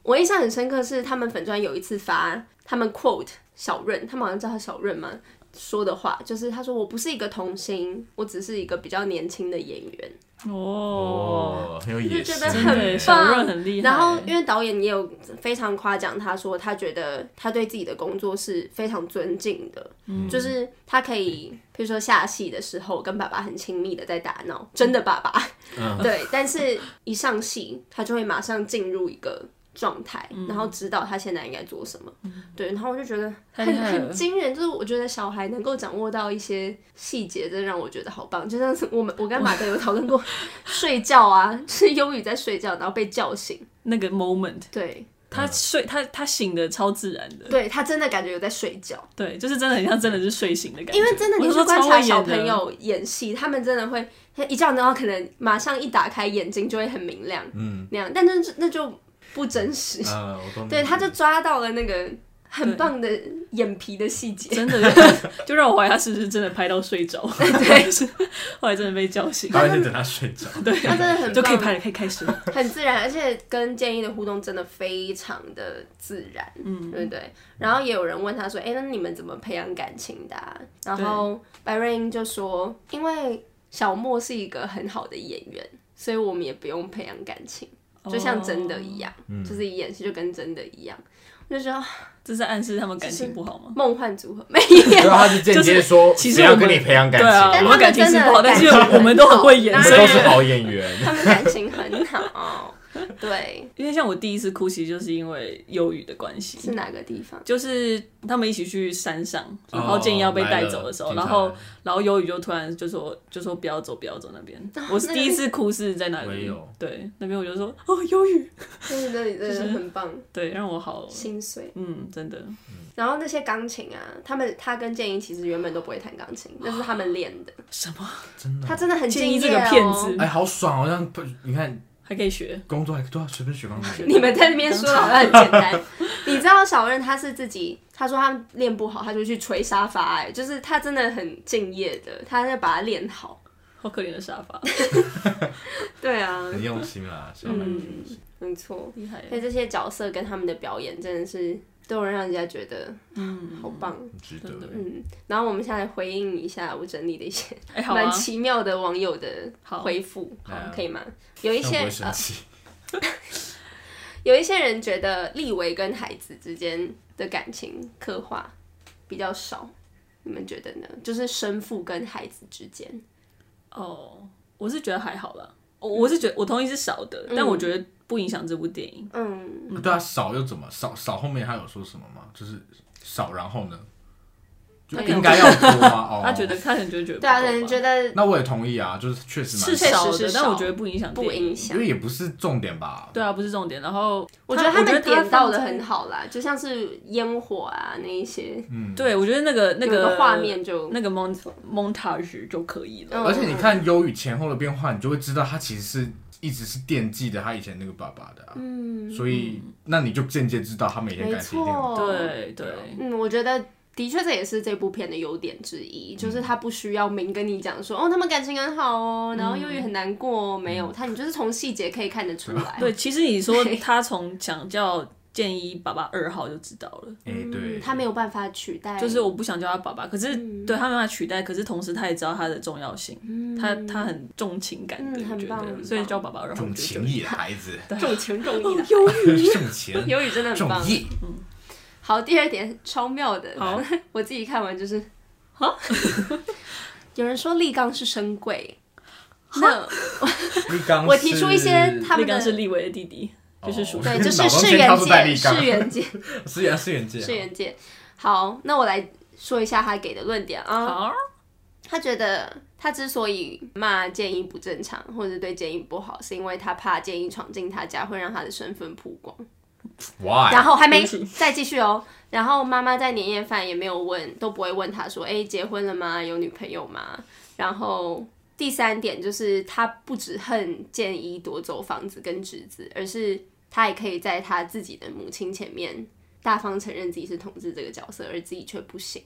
[SPEAKER 1] 我印象很深刻是他们粉专有一次发他们 quote 小润，他们好像叫他小润嘛，说的话就是他说我不是一个童星，我只是一个比较年轻的演员。
[SPEAKER 3] 哦，，
[SPEAKER 2] 很有
[SPEAKER 1] 就
[SPEAKER 2] 野
[SPEAKER 1] 觉
[SPEAKER 2] 心
[SPEAKER 1] 得
[SPEAKER 2] 欸，
[SPEAKER 1] 很
[SPEAKER 3] 真的耶小润很厉害。
[SPEAKER 1] 然后因为导演也有非常夸奖他说，他觉得他对自己的工作是非常尊敬的，
[SPEAKER 3] 嗯
[SPEAKER 1] 就是他可以，比如说下戏的时候跟爸爸很亲密的在打闹，真的爸爸，
[SPEAKER 2] 嗯
[SPEAKER 1] 对，但是一上戏他就会马上进入一个。状态，
[SPEAKER 3] 嗯
[SPEAKER 1] 然后知道他现在应该做什么，对，然后我就觉得
[SPEAKER 3] 太
[SPEAKER 1] 很
[SPEAKER 3] 嗯厉害
[SPEAKER 1] 很
[SPEAKER 3] 了
[SPEAKER 1] 惊人，就是我觉得小孩能够掌握到一些细节，真的让我觉得好棒。就像是我们我跟马德有讨论 过睡觉啊，就是忧郁在睡觉，然后被叫醒，
[SPEAKER 3] 那个 moment，
[SPEAKER 1] 对，
[SPEAKER 5] 嗯
[SPEAKER 3] 他睡他他醒的超自然的，
[SPEAKER 1] 对他真的感觉有在睡觉，
[SPEAKER 3] 对，就是真的很像真的是睡醒的感觉。
[SPEAKER 1] 因为真的你
[SPEAKER 3] 我
[SPEAKER 1] 去
[SPEAKER 3] 说
[SPEAKER 1] 观
[SPEAKER 3] 超
[SPEAKER 1] 察
[SPEAKER 3] 会
[SPEAKER 1] 小
[SPEAKER 3] 演的
[SPEAKER 1] 朋，友演戏，他们真的会他一觉，然后可能马上一打开眼睛就会很明亮，
[SPEAKER 2] 嗯
[SPEAKER 1] 那样，但那就那就不真实。
[SPEAKER 2] 呃，我懂。
[SPEAKER 1] 对，他就抓到了那个很棒的眼皮的细节，
[SPEAKER 3] 真的就就让我怀疑他是不是真的拍到睡着，对，是后来真的被叫醒，
[SPEAKER 2] 他在等他睡 着，
[SPEAKER 3] 对，
[SPEAKER 1] 他真的很
[SPEAKER 3] 就可以
[SPEAKER 1] 棒
[SPEAKER 3] 拍了，可以开 始了。
[SPEAKER 1] 很自然，而且跟建议的互动真的非常的自然，嗯，对不对？然后也有人问他说：“哎、那你们怎么培养感情的啊、然后白瑞英就说：“因为小莫是一个很好的演员，所以我们也不用培养感情，
[SPEAKER 3] 哦
[SPEAKER 1] 就像真的一样，就是演戏就跟真的一样。”我就说
[SPEAKER 3] 这是暗示他们感情不好吗？
[SPEAKER 1] 梦幻组合没
[SPEAKER 5] 对
[SPEAKER 1] 有，
[SPEAKER 5] 啊，他是间接说，
[SPEAKER 3] 就是其实
[SPEAKER 5] 谁要
[SPEAKER 3] 我们
[SPEAKER 5] 跟你培养感
[SPEAKER 3] 对啊，
[SPEAKER 1] 但
[SPEAKER 5] 情，
[SPEAKER 1] 他
[SPEAKER 3] 我们
[SPEAKER 1] 们
[SPEAKER 3] 感情
[SPEAKER 1] 真
[SPEAKER 3] 是
[SPEAKER 1] 的哦
[SPEAKER 3] 不好，但是
[SPEAKER 1] 感情
[SPEAKER 3] 我们都很会
[SPEAKER 1] 很
[SPEAKER 3] 演，
[SPEAKER 5] 我
[SPEAKER 1] 好
[SPEAKER 5] 们
[SPEAKER 3] 所以
[SPEAKER 5] 都是好演员。
[SPEAKER 1] 他们感情很好，对，
[SPEAKER 3] 因为像我第一次哭，其实就是因为忧郁的关系，
[SPEAKER 1] 是哪个地方？
[SPEAKER 3] 就是他们一起去山上，然
[SPEAKER 5] 哦
[SPEAKER 3] 后建议要被带走的时候，
[SPEAKER 2] 哦来了
[SPEAKER 3] 然后然后忧郁就突然就说就说不要走，不要走那边。
[SPEAKER 1] 哦
[SPEAKER 3] 我是第一次哭是在那
[SPEAKER 2] 我也
[SPEAKER 3] 里
[SPEAKER 2] 有，
[SPEAKER 3] 对，那边我就说哦忧郁，
[SPEAKER 1] 就是那里真的很棒，
[SPEAKER 3] 对，让我好，
[SPEAKER 1] 心碎。
[SPEAKER 3] 嗯，真的，
[SPEAKER 1] 然后那些钢琴啊，他们他跟建英其实原本都不会弹钢琴，那是他们练的。
[SPEAKER 3] 什么
[SPEAKER 2] 真的
[SPEAKER 1] 他真的很
[SPEAKER 3] 建
[SPEAKER 1] 敬
[SPEAKER 3] 议
[SPEAKER 1] 业、哦、
[SPEAKER 3] 这个骗子
[SPEAKER 2] 哎，好爽哦！像不，你看
[SPEAKER 3] 还可以学，
[SPEAKER 2] 工作还对啊，随便学钢 琴，
[SPEAKER 1] 你们在那边说的好像很简单，你知道小任他是自己，他说他练不好，他就去捶沙发、哎，就是他真的很敬业的，他在把它练好。
[SPEAKER 3] 好可怜的 沙发，
[SPEAKER 1] 对啊，
[SPEAKER 2] 很用心啦，小孩
[SPEAKER 1] 嗯，没错。
[SPEAKER 3] 厉害耶，
[SPEAKER 1] 所以这些角色跟他们的表演真的是都能让人家觉得，嗯，好棒。
[SPEAKER 2] 值得
[SPEAKER 3] 真的。
[SPEAKER 1] 嗯，然后我们现在回应一下我整理的一些
[SPEAKER 3] 哎，好
[SPEAKER 1] 蛮
[SPEAKER 3] 啊，
[SPEAKER 1] 奇妙的网友的
[SPEAKER 3] 好
[SPEAKER 1] 回复，好
[SPEAKER 2] 来啊
[SPEAKER 1] 可以吗？有一
[SPEAKER 2] 这样
[SPEAKER 1] 些
[SPEAKER 2] 不会生
[SPEAKER 1] 呃，
[SPEAKER 2] 气，
[SPEAKER 1] 有一些人觉得立维跟孩子之间的感情刻画比较少，你们觉得呢？就是生父跟孩子之间，
[SPEAKER 3] 哦，我是觉得还好啦，我我是觉得我同意是少的，但我觉得不影响这部电影，
[SPEAKER 1] 嗯，
[SPEAKER 2] 对啊，少又怎么少？少后面他有说什么吗？就是少，然后呢，就
[SPEAKER 3] 他可能
[SPEAKER 2] 应该要多 吗？哦，
[SPEAKER 3] 他觉得他可能就觉得
[SPEAKER 1] 对啊，
[SPEAKER 3] 不够
[SPEAKER 1] 可能
[SPEAKER 3] 吧
[SPEAKER 1] 觉得
[SPEAKER 2] 那我也同意啊，就是确实蛮
[SPEAKER 3] 是
[SPEAKER 1] 确实
[SPEAKER 3] 少
[SPEAKER 1] 是
[SPEAKER 3] 的，但
[SPEAKER 1] 少
[SPEAKER 3] 我觉得不影响
[SPEAKER 1] 不
[SPEAKER 3] 电影
[SPEAKER 1] 影
[SPEAKER 2] 因
[SPEAKER 1] 响。
[SPEAKER 2] 为也不是重点吧。
[SPEAKER 3] 对啊，不是重点。然后
[SPEAKER 1] 我觉得他们点到的
[SPEAKER 3] 放
[SPEAKER 1] 很
[SPEAKER 3] 在，
[SPEAKER 1] 好啦，就像是烟火啊那一些，
[SPEAKER 3] 对我觉得那个那
[SPEAKER 1] 有一
[SPEAKER 3] 个
[SPEAKER 1] 个画面就
[SPEAKER 3] 那个 mont montage 就可以了。
[SPEAKER 1] 嗯
[SPEAKER 2] 而且你看忧郁前后的变化，你就会知道他其实是一一直是惦记着他以前那个爸爸的、啊，嗯，所以那你就间接知道他们以前感情一定很
[SPEAKER 1] 没
[SPEAKER 2] 好
[SPEAKER 1] 错
[SPEAKER 3] 对对
[SPEAKER 2] 对啊，
[SPEAKER 1] 嗯，我觉得的确这也是这部片的优点之一，就是他不需要明跟你讲说哦，他们感情很好哦，然后忧郁很难过、哦，没有他，你就是从细节可以看得出来。
[SPEAKER 3] 对，其实你 说他从想叫建一爸爸二号就知道了，
[SPEAKER 2] 哎、对，
[SPEAKER 1] 嗯他没有办法取代，
[SPEAKER 3] 就是我不想叫他爸爸，可是、
[SPEAKER 1] 嗯
[SPEAKER 3] 对他没办法取代，可是同时他也知道他的重要性，他他很重情感的，
[SPEAKER 1] 嗯
[SPEAKER 3] 我
[SPEAKER 1] 很
[SPEAKER 3] 觉
[SPEAKER 1] 棒
[SPEAKER 3] 得，
[SPEAKER 1] 很
[SPEAKER 3] 所以
[SPEAKER 1] 棒
[SPEAKER 3] 叫爸爸二号
[SPEAKER 2] 重
[SPEAKER 3] 我觉得
[SPEAKER 2] 情义的孩 子，
[SPEAKER 1] 重情重义的。
[SPEAKER 2] 重钱，
[SPEAKER 1] 忧郁真的很
[SPEAKER 2] 重
[SPEAKER 1] 棒。
[SPEAKER 2] 义，
[SPEAKER 1] 好，第二点超妙的
[SPEAKER 3] 好，
[SPEAKER 1] 我自己看完就是，哈， 有人说立刚是深贵，那
[SPEAKER 2] 立刚
[SPEAKER 1] 我提出一些
[SPEAKER 2] 是
[SPEAKER 1] 他们
[SPEAKER 3] 立刚是
[SPEAKER 1] 的
[SPEAKER 3] 立伟的弟弟，就是属
[SPEAKER 1] 对，就是
[SPEAKER 2] 脑中
[SPEAKER 1] 世
[SPEAKER 2] 先跳
[SPEAKER 1] 元
[SPEAKER 2] 出戴
[SPEAKER 1] 界，
[SPEAKER 2] 立刚
[SPEAKER 1] 世元界，
[SPEAKER 2] 是原是原界，啊
[SPEAKER 1] 世元界。好，那我来说一下他给的论点啊。
[SPEAKER 3] 好，
[SPEAKER 1] 他觉得他之所以骂建议不正常，或者对建议不好，是因为他怕建议闯进他家会让他的身份曝光。
[SPEAKER 2] 哇，
[SPEAKER 1] 然后还没
[SPEAKER 3] 对不
[SPEAKER 1] 再继续哦。 然后妈妈在年夜饭也没有问，都不会问他说：“哎，结婚了吗？有女朋友吗？”然后第三点就是他不只恨建一夺走房子跟侄子，而是他也可以在他自己的母亲前面大方承认自己是同志这个角色，而自己却不行。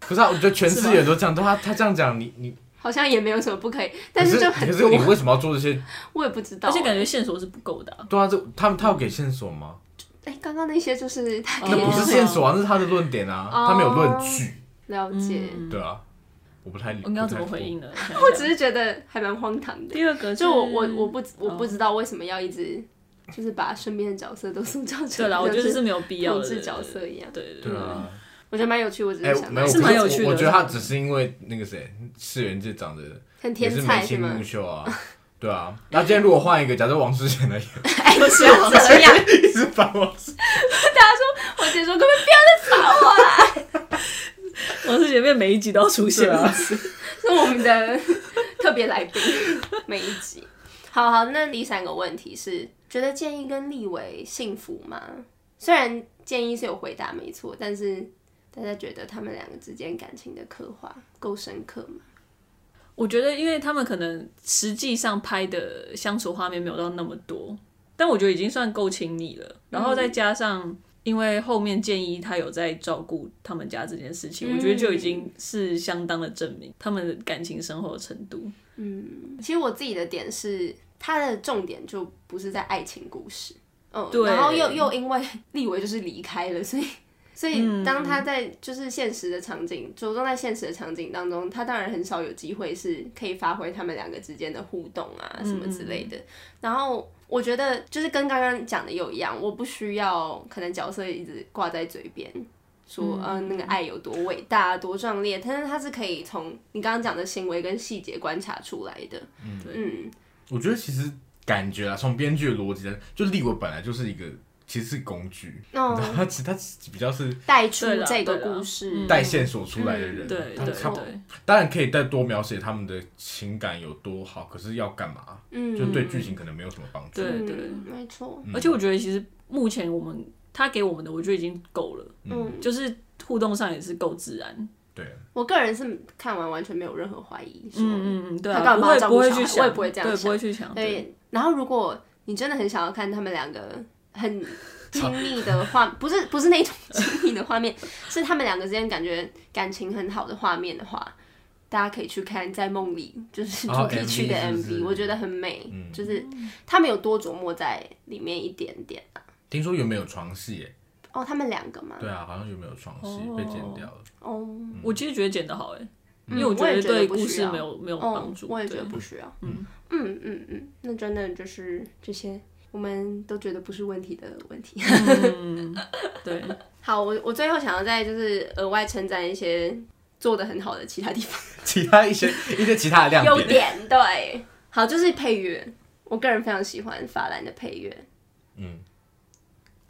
[SPEAKER 2] 不是啊，我觉得全世界都这样，他他这样讲，你你，
[SPEAKER 1] 好像也没有什么不可以，但
[SPEAKER 2] 可
[SPEAKER 1] 是
[SPEAKER 2] 是
[SPEAKER 1] 就很
[SPEAKER 2] 可是你
[SPEAKER 1] 多，
[SPEAKER 2] 为什么要做这些？
[SPEAKER 1] 我也不知道。
[SPEAKER 3] 而且感觉线索是不够的啊、
[SPEAKER 2] 对啊，这他们他有给线索吗？
[SPEAKER 1] 哎，刚刚那些呃就是他
[SPEAKER 2] 那
[SPEAKER 1] 给
[SPEAKER 3] 哦
[SPEAKER 2] 不是线索啊，那是他的论点啊，
[SPEAKER 1] 哦
[SPEAKER 2] 他没有论据，
[SPEAKER 1] 了解，
[SPEAKER 2] 对啊，我不太理，
[SPEAKER 3] 我应该要怎么回
[SPEAKER 2] 不
[SPEAKER 3] 应 呢？我想一
[SPEAKER 1] 嗯我
[SPEAKER 3] 下
[SPEAKER 1] 只是觉得还蛮荒唐的。
[SPEAKER 3] 第二个是
[SPEAKER 1] 就我我我不我不
[SPEAKER 3] 哦
[SPEAKER 1] 知道为什么要一直就是把身边的角色都塑造成
[SPEAKER 3] 对啦，我觉得是没有必要
[SPEAKER 1] 统
[SPEAKER 3] 的
[SPEAKER 1] 治角色一样，
[SPEAKER 3] 对
[SPEAKER 2] 太？对啊，
[SPEAKER 1] 我觉得蛮有趣。我只
[SPEAKER 2] 哎
[SPEAKER 1] 嗯是，想
[SPEAKER 2] 没
[SPEAKER 1] 到
[SPEAKER 2] 有，
[SPEAKER 3] 是蛮有
[SPEAKER 2] 我
[SPEAKER 3] 趣的
[SPEAKER 2] 我觉得他只是因为那个谁，世元界长得
[SPEAKER 1] 很天
[SPEAKER 2] 也是
[SPEAKER 1] 才
[SPEAKER 2] 眉
[SPEAKER 1] 是
[SPEAKER 2] 清
[SPEAKER 1] 吗
[SPEAKER 2] 目？秀啊，对啊。那今天如果换一个，假设王世贤来 演，
[SPEAKER 1] 哎，不是要 怎样？
[SPEAKER 2] 一直把王世
[SPEAKER 1] 我姐说根本不要再烦我了。
[SPEAKER 3] 王世杰变每一集都要出现
[SPEAKER 2] 啊
[SPEAKER 3] 一 次，
[SPEAKER 1] 是我们的特别来宾，每一集。好好，那第三个问题是，觉得建议跟立伟幸福吗？虽然建议是有回答没错，但是大家觉得他们两个之间感情的刻画够深刻吗？
[SPEAKER 3] 我觉得，因为他们可能实际上拍的相处画面没有到那么多，但我觉得已经算够亲密了。然后再
[SPEAKER 1] 嗯
[SPEAKER 3] 加上，因为后面建一他有在照顾他们家这件事情，
[SPEAKER 1] 嗯
[SPEAKER 3] 我觉得就已经是相当的证明他们的感情生活的程度。
[SPEAKER 1] 其实我自己的点是，它的重点就不是在爱情故事，嗯，
[SPEAKER 3] 对
[SPEAKER 1] 然后又又因为立维就是离开了，所以 所以当他在就是现实的场景，着重在现实的场景当中，他当然很少有机会是可以发挥他们两个之间的互动啊什么之类的。然后我觉得就是跟刚刚讲的有一样，我不需要可能角色一直挂在嘴边。说，嗯、那个爱有多伟大、多壮烈，但是它是可以从你刚刚讲的行为跟细节观察出来的。嗯，
[SPEAKER 2] 我觉得其实感觉啊，从编剧的逻辑来，就立伟本来就是一个其实是工具，你知道
[SPEAKER 1] 哦，
[SPEAKER 2] 他其实他比较是
[SPEAKER 1] 带出
[SPEAKER 3] 对啦
[SPEAKER 1] 这个
[SPEAKER 3] 对啦
[SPEAKER 1] 故事
[SPEAKER 3] 嗯，
[SPEAKER 2] 带线索出来的
[SPEAKER 1] 嗯
[SPEAKER 2] 人，
[SPEAKER 3] 对
[SPEAKER 2] 他
[SPEAKER 3] 对
[SPEAKER 2] 他
[SPEAKER 3] 对，
[SPEAKER 2] 当然可以再多描写他们的情感有多好，可是要干嘛？
[SPEAKER 1] 嗯，
[SPEAKER 2] 就对剧情可能没有什么帮助。
[SPEAKER 3] 对
[SPEAKER 1] 嗯
[SPEAKER 3] 对
[SPEAKER 1] 没错，
[SPEAKER 2] 嗯
[SPEAKER 3] 而且我觉得，其实目前我们他给我们的，我觉得已经够了，
[SPEAKER 1] 嗯，
[SPEAKER 3] 就是互动上也是够自然。
[SPEAKER 2] 对，
[SPEAKER 1] 我个人是看完完全没有任何怀疑，说
[SPEAKER 3] 嗯嗯嗯，对
[SPEAKER 1] 他
[SPEAKER 3] 啊，
[SPEAKER 1] 干
[SPEAKER 3] 不
[SPEAKER 1] 嘛
[SPEAKER 3] 会
[SPEAKER 1] 照顾
[SPEAKER 3] 不会
[SPEAKER 1] 小孩
[SPEAKER 3] 去
[SPEAKER 1] 我
[SPEAKER 3] 想，
[SPEAKER 1] 也不会这样
[SPEAKER 3] 对，
[SPEAKER 1] 想
[SPEAKER 3] 不会去想，对，
[SPEAKER 1] 对。然后，如果你真的很想要看他们两个 很亲密的画，不是不是那种 亲密的画面，是他们两个之间感觉感情很好的画面的话，大家可以去看《在梦里》，就是
[SPEAKER 2] 哦
[SPEAKER 1] 朱克区的
[SPEAKER 2] MV 是不
[SPEAKER 1] MV，
[SPEAKER 2] 是
[SPEAKER 1] 我觉得很美，
[SPEAKER 2] 嗯
[SPEAKER 1] 就是他们有多琢磨在里面一点点啊。
[SPEAKER 2] 听说原本有床戏耶，
[SPEAKER 1] 哦，他们两个嘛，
[SPEAKER 2] 对嗯啊，好像原本有床戏
[SPEAKER 3] 哦
[SPEAKER 2] 被剪掉了。
[SPEAKER 1] 哦，
[SPEAKER 3] 我其实觉得剪得好哎，因
[SPEAKER 1] 嗯
[SPEAKER 3] 为我觉
[SPEAKER 1] 我也
[SPEAKER 3] 得
[SPEAKER 1] 觉得
[SPEAKER 3] 对
[SPEAKER 1] 不
[SPEAKER 3] 故
[SPEAKER 1] 需
[SPEAKER 3] 事
[SPEAKER 1] 要
[SPEAKER 3] 没有没有
[SPEAKER 1] 哦
[SPEAKER 3] 帮助。
[SPEAKER 1] 我也觉
[SPEAKER 3] 对
[SPEAKER 1] 得不需要。
[SPEAKER 2] 嗯
[SPEAKER 1] 嗯嗯嗯嗯，那真的就是这些我们都觉得不是问题的问题。
[SPEAKER 3] 对，
[SPEAKER 1] 好，我我最后想要再就是额外称赞一些做的很好的其他地方
[SPEAKER 2] 其他一些一些其他的亮
[SPEAKER 1] 优
[SPEAKER 2] 点，
[SPEAKER 1] 点，对， 好就是配乐，我个人非常喜欢法兰的配乐。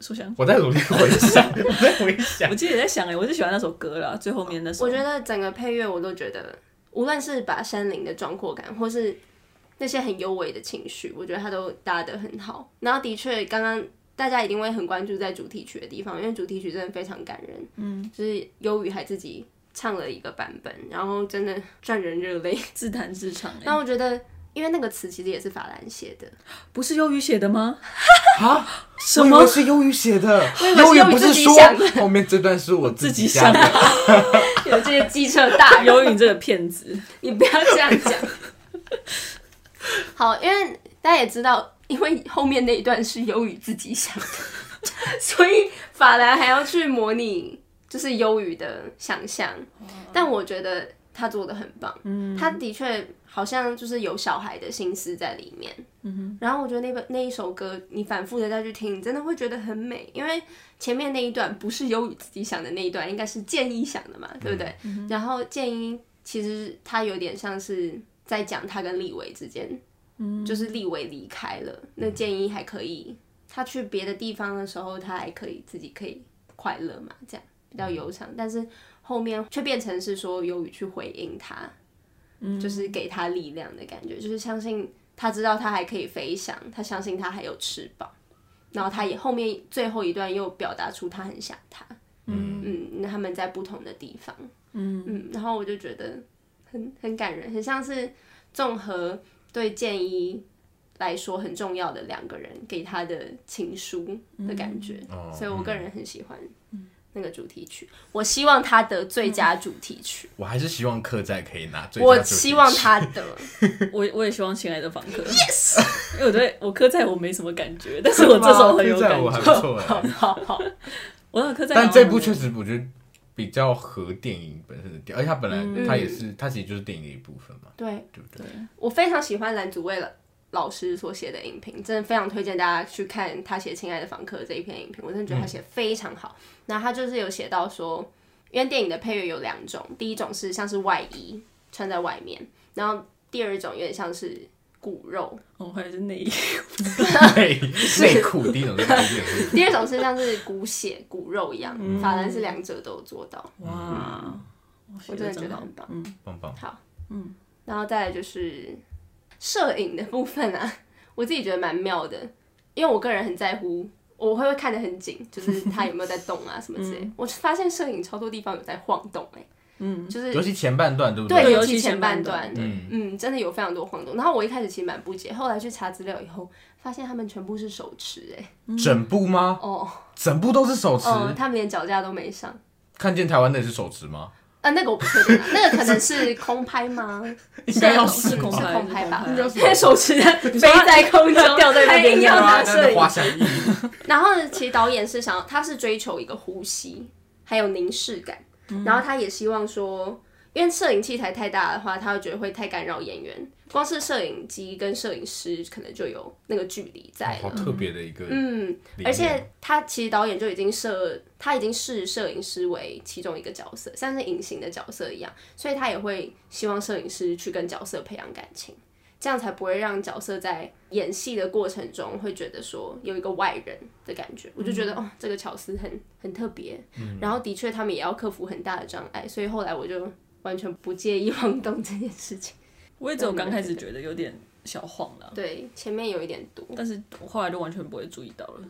[SPEAKER 3] 书香，
[SPEAKER 2] 嗯我在努力回想，我在回想
[SPEAKER 3] 我。自己也在想哎，我就喜欢那首歌啦，最后面那首。
[SPEAKER 1] 我觉得整个配乐我都觉得，无论是把山林的壮阔感，或是那些很优美的情绪，我觉得它都搭得很好。然后的确，刚刚大家一定会很关注在主题曲的地方，因为主题曲真的非常感人。嗯，就是忧郁还自己唱了一个版本，然后真的赚人热泪。
[SPEAKER 3] 自弹自唱哎，
[SPEAKER 1] 那我觉得因为那个词其实也是法兰写的，
[SPEAKER 3] 不是忧郁写 的吗？
[SPEAKER 2] 啊？
[SPEAKER 3] 什
[SPEAKER 2] 我以
[SPEAKER 3] 么
[SPEAKER 2] 为？是忧郁写的，
[SPEAKER 1] 我
[SPEAKER 2] 忧
[SPEAKER 1] 以为是忧
[SPEAKER 2] 郁
[SPEAKER 1] 郁
[SPEAKER 2] 不
[SPEAKER 1] 自
[SPEAKER 2] 是
[SPEAKER 1] 己
[SPEAKER 2] 说
[SPEAKER 1] 想的
[SPEAKER 2] 后面这段是我
[SPEAKER 3] 自己
[SPEAKER 2] 想
[SPEAKER 3] 想
[SPEAKER 2] 的。
[SPEAKER 3] 的。
[SPEAKER 1] 有这些机车大人，
[SPEAKER 3] 忧郁你这个骗子，
[SPEAKER 1] 你不要这样讲。 好，因为大家也知道，因为后面那一段是忧郁自己想的， 所以法兰还要去模拟就是忧郁的想象。但我觉得他做的很棒，哦嗯，他的确好像就是有小孩的心思在里面。嗯然后我觉得那个那一首歌，你反复的再去听，你真的会觉得很美，因为前面那一段不是忧郁自己想的那一段，应该是建一想的嘛，对不对？然后建一其实他有点像是在讲他跟立伟之间，就是立伟离开了，那建一还可以，他去别的地方的时候，他还可以自己可以快乐嘛，这样比较悠长，但是后面却变成是说由于去回应他，就是给他力量的感觉，就是相信他知道他还可以飞翔，他相信他还有翅膀。然后他也后面最后一段又表达出他很想他，嗯那他们在不同的地方，嗯然后我就觉得很很感人，很像是综合对建一来说很重要的两个人给他的情书的感觉，
[SPEAKER 2] 哦
[SPEAKER 1] 所以我个人很喜欢那个主题曲，我希望他得最佳主题曲，
[SPEAKER 2] 我还是希望客栈可以拿最佳
[SPEAKER 1] 我
[SPEAKER 2] 主题
[SPEAKER 1] 希望
[SPEAKER 2] 曲
[SPEAKER 1] 他得。
[SPEAKER 3] 我我也希望亲爱的房客。Yes，因为我对我刻在我没什么感觉，但是我这首很有感
[SPEAKER 2] 我还
[SPEAKER 3] 觉。
[SPEAKER 2] 不错哎。
[SPEAKER 1] 好好，
[SPEAKER 3] 我那刻在，
[SPEAKER 2] 但这部确实我觉得比较合电影本身的调，而且它本
[SPEAKER 1] 嗯
[SPEAKER 2] 来它也是它其实就是电影的一部 分嘛，
[SPEAKER 1] 对
[SPEAKER 2] 对不对？
[SPEAKER 1] 我非常喜欢蓝祖蔚了。老师所写的影评，真的非常推荐大家去看他写《亲爱的房客》这一篇影评，我真的觉得他写得非常好。那他就是有写到说，因为电影的配乐有两种，第一种是像是外衣穿在外面，然后第二种有点像是骨肉，
[SPEAKER 3] 哦，还是内衣。
[SPEAKER 2] 内内裤第一种是内裤，
[SPEAKER 1] 第二种是像是骨血骨肉一样。
[SPEAKER 2] 嗯
[SPEAKER 1] 法兰是两者都有做到，
[SPEAKER 3] 哇，
[SPEAKER 1] 嗯我真的觉得很棒。
[SPEAKER 2] 棒棒。
[SPEAKER 1] 好，嗯，然后再来就是摄影的部分啊， 我自己觉得蛮妙的，因为我个人很在乎，我会不会看得很紧，就是它有没有在动 啊什么之类。我发现摄影超多地方有在晃动哎、嗯，就是
[SPEAKER 2] 尤其前半段对不
[SPEAKER 1] 对，
[SPEAKER 3] 对
[SPEAKER 1] 尤
[SPEAKER 3] 尤
[SPEAKER 1] 其
[SPEAKER 3] 其
[SPEAKER 1] 前
[SPEAKER 3] 前
[SPEAKER 1] 半
[SPEAKER 3] 半
[SPEAKER 1] 段，
[SPEAKER 3] 段
[SPEAKER 1] 嗯真的有非常多晃动。然后我一开始其实蛮不解，后来去查资料以后，发现他们全部是手持哎、
[SPEAKER 2] 整部吗？
[SPEAKER 1] 哦，
[SPEAKER 2] 整部都是手持。
[SPEAKER 1] 哦，他们连脚架都没上。
[SPEAKER 2] 看见台湾的也是手持吗？
[SPEAKER 1] 啊，那个我不确定、啊，那个可能是空拍吗？
[SPEAKER 2] 应该要
[SPEAKER 3] 是空
[SPEAKER 1] 是啊
[SPEAKER 3] 拍
[SPEAKER 1] 空拍吧
[SPEAKER 3] 是空拍，
[SPEAKER 1] 因为 手持在飞在空中，
[SPEAKER 3] 掉在那边
[SPEAKER 1] 还硬要 拿摄影
[SPEAKER 2] 花香翼
[SPEAKER 1] 然后呢，其实导演是想要，他是追求一个呼吸，还有凝视感，然后他也希望说，因为摄影器材太大的话，他会觉得会太干扰演员，光是摄影机跟摄影师可能就有那个距离在
[SPEAKER 2] 好
[SPEAKER 1] 了。
[SPEAKER 2] 特别的一个，
[SPEAKER 1] 嗯，而且他其实导演就已经设，他已经视摄影师为其中一个角色，像是隐形的角色一样，所以他也会希望摄影师去跟角色培养感情，这样才不会让角色在演戏的过程中会觉得说有一个外人的感觉。我就觉得、哦，这个巧思很很特别，然后的确他们也要克服很大的障碍，所以后来我就完全不介意 晃动这件事情。
[SPEAKER 3] 我也只有刚开始觉得有点小晃了，
[SPEAKER 1] 对，前面有一点多。
[SPEAKER 3] 但是我后来就完全不会注意到了。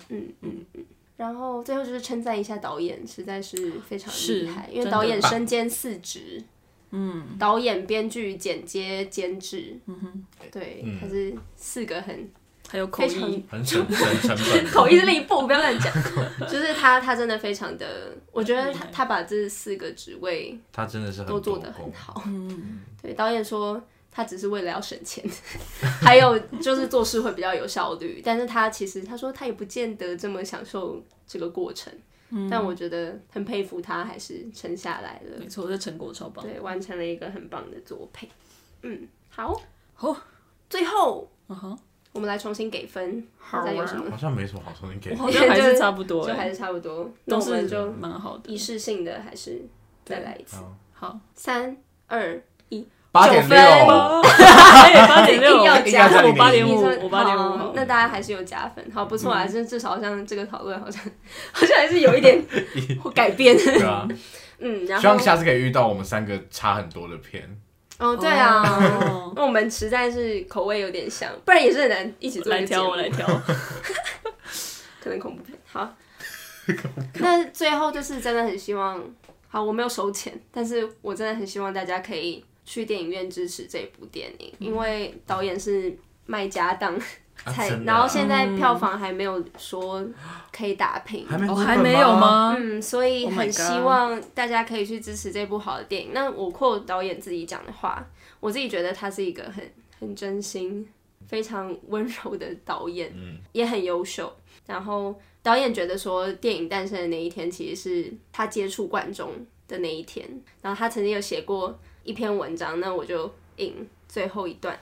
[SPEAKER 1] 然后最后就是称赞一下导演，实在是非常厉
[SPEAKER 3] 是
[SPEAKER 1] 害，因
[SPEAKER 3] 真
[SPEAKER 1] 为
[SPEAKER 3] 的
[SPEAKER 1] 导演身兼四职，嗯，导演、编剧、剪接、监制，嗯哼，对，他是四个很
[SPEAKER 3] 还有口
[SPEAKER 1] 非常
[SPEAKER 3] 译，
[SPEAKER 2] 很省省成本。
[SPEAKER 1] 口译是另一部，不要乱讲，就是他他真的非常的，我觉得他
[SPEAKER 3] 厉害
[SPEAKER 1] 他把这四个职位
[SPEAKER 2] 他真的是很
[SPEAKER 1] 都做
[SPEAKER 2] 多
[SPEAKER 1] 得很
[SPEAKER 2] 功
[SPEAKER 1] 好，嗯， 对，导演说。他只是为了要省钱， 还有就是做事会比较有效率，但是他其实他说他也不见得这么享受这个过程，
[SPEAKER 3] 嗯
[SPEAKER 1] 但我觉得很佩服他，还是撑下来了
[SPEAKER 3] 没，错，这成果 超棒。
[SPEAKER 1] 对，完成了一个很棒的作品。嗯，好，
[SPEAKER 3] 好，
[SPEAKER 1] 最后
[SPEAKER 3] 啊哈，
[SPEAKER 1] 我们来重新给分，
[SPEAKER 3] 好啊
[SPEAKER 1] 大家有什么
[SPEAKER 2] 好？像没什么好重新给
[SPEAKER 3] 我。好像还是差不多
[SPEAKER 1] 就还
[SPEAKER 3] 欸，
[SPEAKER 1] 是差不多，那
[SPEAKER 3] 都
[SPEAKER 1] 我们
[SPEAKER 3] 是
[SPEAKER 1] 就
[SPEAKER 3] 蛮好 的
[SPEAKER 1] 一。次性的，还是再来一次。
[SPEAKER 2] 好
[SPEAKER 3] 好，
[SPEAKER 1] 三二一，
[SPEAKER 2] 八点六，
[SPEAKER 3] 哎，八点
[SPEAKER 1] 一定
[SPEAKER 3] 六，
[SPEAKER 1] 要加
[SPEAKER 3] 我八
[SPEAKER 2] 一
[SPEAKER 3] 点
[SPEAKER 2] 定
[SPEAKER 1] 你
[SPEAKER 3] 五
[SPEAKER 1] 说，
[SPEAKER 3] 我八点
[SPEAKER 1] 好
[SPEAKER 3] 五，
[SPEAKER 1] 那大家还是有加分，好不错啊！
[SPEAKER 2] 嗯
[SPEAKER 1] 这、至少好像这个讨论好像好像还是有一 点改变，
[SPEAKER 2] 对啊，
[SPEAKER 1] 嗯， 然
[SPEAKER 2] 希
[SPEAKER 1] 后
[SPEAKER 2] 望下次可以遇到我们三个差很多的片。
[SPEAKER 1] 哦，对啊，
[SPEAKER 3] 哦
[SPEAKER 1] 那我们实在是口味有点像，不然也是很难一起做一
[SPEAKER 3] 来
[SPEAKER 1] 个节目
[SPEAKER 3] 挑，我来挑。
[SPEAKER 1] 可能恐怖片。 好，那最后就是真的很希望，好，我没有收钱，但是我真的很希望大家可以去电影院支持这部电影，
[SPEAKER 3] 嗯
[SPEAKER 1] 因为导演是卖家当才，
[SPEAKER 2] 真的啊
[SPEAKER 1] 然后现在票房还没有说可以打平，
[SPEAKER 2] 还没
[SPEAKER 3] 哦，
[SPEAKER 2] 资本
[SPEAKER 3] 还没有？吗？
[SPEAKER 1] 嗯，所以
[SPEAKER 3] Oh my
[SPEAKER 1] 很
[SPEAKER 3] God
[SPEAKER 1] 希望大家可以去支持这部好的电影。那我扩导演自己讲的话，我自己觉得他是一个很很真心、非常温柔的导演，
[SPEAKER 3] 嗯
[SPEAKER 1] 也很优秀。然后导演觉得说，电影诞生的那一天其实是他接触观众的那一天。然后他曾经有写过一篇文章，那我就引最后一段：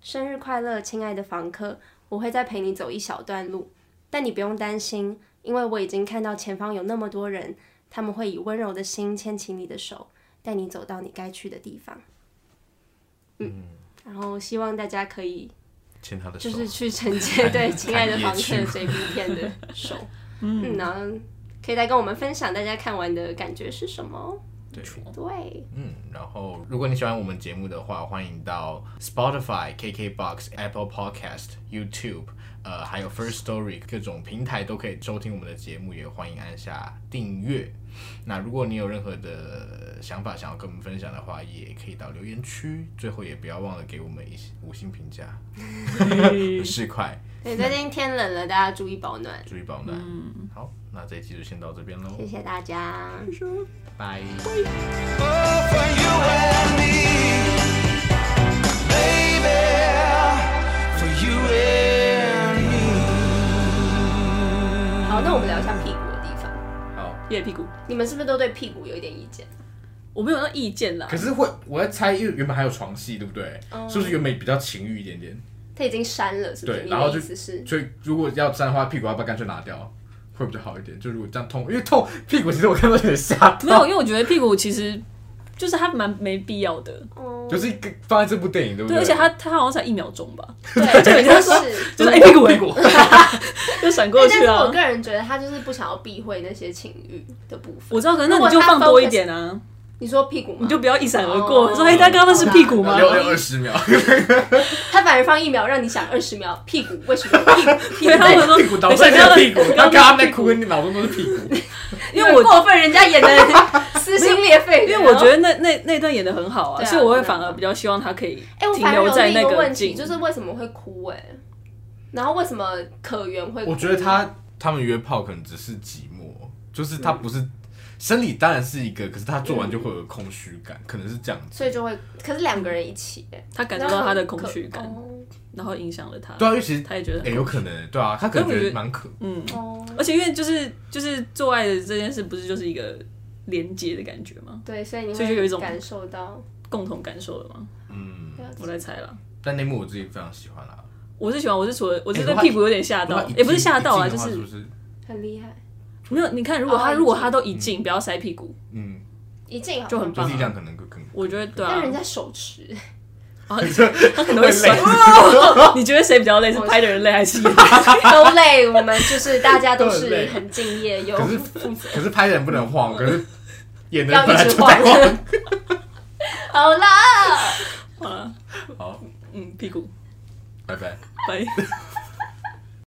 [SPEAKER 1] 生日快乐，亲爱的房客，我会再陪你走一小段路，但你不用担心，因为我已经看到前方有那么多人，他们会以温柔的心牵起你的手，带你走到你该去的地方。嗯，然后希望大家可以
[SPEAKER 2] 牵他的手，
[SPEAKER 1] 就是去承接 对《亲爱的
[SPEAKER 2] 看
[SPEAKER 1] 房
[SPEAKER 2] 野
[SPEAKER 1] 客
[SPEAKER 2] 区》
[SPEAKER 1] 这部片的 手，嗯，然后可以再跟我们分享大家看完的感觉是什么哦。
[SPEAKER 2] 对，
[SPEAKER 1] 对，
[SPEAKER 5] 嗯，然后如果你喜欢我们节目的话，欢迎到 Spotify、KKBox、Apple Podcast、YouTube，呃，还有 First Story 各种平台都可以收听我们的节目，也欢迎按下订阅。那如果你有任何的想法想要跟我们分享的话，也可以到留言区。最后也不要忘了给我们一些五星评价， 很市侩，
[SPEAKER 1] 对，最近天冷了，大家注意保暖，
[SPEAKER 5] 注意保暖。
[SPEAKER 3] 嗯
[SPEAKER 5] 好，那这一期就先到这边喽，
[SPEAKER 1] 谢谢大家。
[SPEAKER 5] 拜。
[SPEAKER 4] Oh, for you and me, baby, for you and me.
[SPEAKER 1] 好，那我们聊一下屁股的地方，
[SPEAKER 5] 好，
[SPEAKER 3] 夜屁股，
[SPEAKER 1] 你们是不是都对屁股有一点意见？
[SPEAKER 3] 我没有那意见啦
[SPEAKER 2] 可。是会，我在猜，因为原本还有床戏，对不对？是不是原本比较情欲一点点？
[SPEAKER 1] 他已经删了，是不是？
[SPEAKER 2] 对，
[SPEAKER 1] 你
[SPEAKER 2] 然后
[SPEAKER 1] 的
[SPEAKER 2] 就
[SPEAKER 1] 意思是，
[SPEAKER 2] 所以如果要粘的话，屁股要不要干脆拿掉，会比较好一点？就如果这样痛，因为痛屁股，其实我看到有点吓
[SPEAKER 3] 没有，
[SPEAKER 2] 到，
[SPEAKER 3] 因为我觉得屁股其实就是它蛮没必要的，
[SPEAKER 1] 哦，
[SPEAKER 2] 就是一个放在这部电影，对不
[SPEAKER 3] 对，
[SPEAKER 2] 对，
[SPEAKER 3] 而且它它好像才一秒钟 吧，
[SPEAKER 1] 对，
[SPEAKER 3] 就有
[SPEAKER 1] 就
[SPEAKER 3] 点
[SPEAKER 1] 是
[SPEAKER 3] 像。就是哎、屁股屁股 就闪过
[SPEAKER 1] 哎但是
[SPEAKER 3] 去
[SPEAKER 1] 我
[SPEAKER 3] 啊。
[SPEAKER 1] 个人觉得他就是不想要避讳那些情欲的部分。
[SPEAKER 3] 我知道，可是那你就放多一点啊，
[SPEAKER 1] 你说屁股吗？
[SPEAKER 3] 你就不要一闪而
[SPEAKER 1] 哦
[SPEAKER 3] 过，说哎，大家那是屁股吗？
[SPEAKER 2] 留留二十秒，
[SPEAKER 1] 他反而放一秒，让你想二十秒。屁股为什么有屁股？屁
[SPEAKER 3] 对，
[SPEAKER 1] 股
[SPEAKER 3] 他们说
[SPEAKER 2] 屁股倒
[SPEAKER 3] 没事
[SPEAKER 2] 在
[SPEAKER 3] 不
[SPEAKER 2] 那
[SPEAKER 3] 要
[SPEAKER 2] 个屁股，
[SPEAKER 3] 不
[SPEAKER 2] 然
[SPEAKER 3] 要
[SPEAKER 2] 后刚刚在
[SPEAKER 3] 乱
[SPEAKER 2] 哭，你脑中都是屁股，
[SPEAKER 3] 因为我
[SPEAKER 1] 过分，人家演 的撕心裂肺。
[SPEAKER 3] 因为我觉，得那那那段演的很好啊，
[SPEAKER 1] 对啊
[SPEAKER 3] 所以我会反而比较希望他可以
[SPEAKER 1] 哎，我
[SPEAKER 3] 停
[SPEAKER 1] 反而
[SPEAKER 3] 留
[SPEAKER 1] 有
[SPEAKER 3] 在
[SPEAKER 1] 另一
[SPEAKER 3] 那
[SPEAKER 1] 个
[SPEAKER 3] 个
[SPEAKER 1] 问题，
[SPEAKER 3] 景，
[SPEAKER 1] 就是为什么会哭？哎，然后为什么可媛会哭？
[SPEAKER 2] 我觉得他他们约炮可能只是寂寞，就是他不是、生理当然是一个，可是他做完就会有空虚感，可能是这样子。
[SPEAKER 1] 所以就会，可是两个人一起，哎
[SPEAKER 3] 他感受到他的空虚
[SPEAKER 1] 然
[SPEAKER 3] 感，
[SPEAKER 1] 后
[SPEAKER 3] 然后影响了他。
[SPEAKER 2] 对啊，因为其实
[SPEAKER 3] 他也觉得
[SPEAKER 2] 哎、有可能，对啊，他可能
[SPEAKER 3] 可
[SPEAKER 2] 觉
[SPEAKER 3] 是我觉
[SPEAKER 2] 得
[SPEAKER 3] 得
[SPEAKER 2] 蛮可，
[SPEAKER 3] 嗯，
[SPEAKER 1] 可哦，
[SPEAKER 3] 而且因为就是就是做爱的这件事，不是就是一个连接的感觉吗？
[SPEAKER 1] 对，所以你
[SPEAKER 3] 所以就有一
[SPEAKER 1] 会
[SPEAKER 3] 种
[SPEAKER 1] 感受到。
[SPEAKER 3] 共同感受了吗？
[SPEAKER 2] 嗯，
[SPEAKER 1] 了解
[SPEAKER 3] 我在猜啦。
[SPEAKER 2] 但那幕我自己非常喜欢啦。
[SPEAKER 3] 我是喜欢，我是除了我是
[SPEAKER 2] 哎
[SPEAKER 3] 对
[SPEAKER 2] 如果他
[SPEAKER 3] 屁股有点吓
[SPEAKER 2] 如
[SPEAKER 3] 到
[SPEAKER 2] 果他，一
[SPEAKER 3] 也不是
[SPEAKER 2] 进
[SPEAKER 3] 吓到
[SPEAKER 2] 一
[SPEAKER 3] 啊，
[SPEAKER 2] 进
[SPEAKER 3] 就
[SPEAKER 2] 的话
[SPEAKER 3] 是
[SPEAKER 2] 不是
[SPEAKER 1] 很厉害，
[SPEAKER 3] 没有。你看，如果
[SPEAKER 1] 哦
[SPEAKER 3] 他
[SPEAKER 1] 一
[SPEAKER 3] 如果
[SPEAKER 1] 进
[SPEAKER 3] 他都一进，不要塞屁股，
[SPEAKER 2] 嗯，
[SPEAKER 1] 一进好
[SPEAKER 3] 就很
[SPEAKER 1] 像
[SPEAKER 2] 就
[SPEAKER 3] 棒
[SPEAKER 2] 力
[SPEAKER 3] 啊。
[SPEAKER 2] 量可能更更，
[SPEAKER 3] 我觉得对
[SPEAKER 1] 但
[SPEAKER 3] 啊
[SPEAKER 1] 人，家手持，
[SPEAKER 3] 啊 他可能会酸。你觉得谁比较累？是拍的人累还是演的？
[SPEAKER 1] 都累，我们就是大家都
[SPEAKER 2] 都
[SPEAKER 1] 是
[SPEAKER 2] 累
[SPEAKER 1] 很敬业又
[SPEAKER 2] 可是
[SPEAKER 1] 负责。
[SPEAKER 2] 可是拍的人不能晃， 可是演的
[SPEAKER 1] 要
[SPEAKER 2] 人本来
[SPEAKER 1] 一
[SPEAKER 2] 就
[SPEAKER 1] 直
[SPEAKER 2] 在
[SPEAKER 1] 晃
[SPEAKER 2] 晃。。
[SPEAKER 1] 好啦。
[SPEAKER 3] 好了，
[SPEAKER 2] 好，
[SPEAKER 3] 嗯，屁股，
[SPEAKER 2] 拜拜。
[SPEAKER 3] 拜。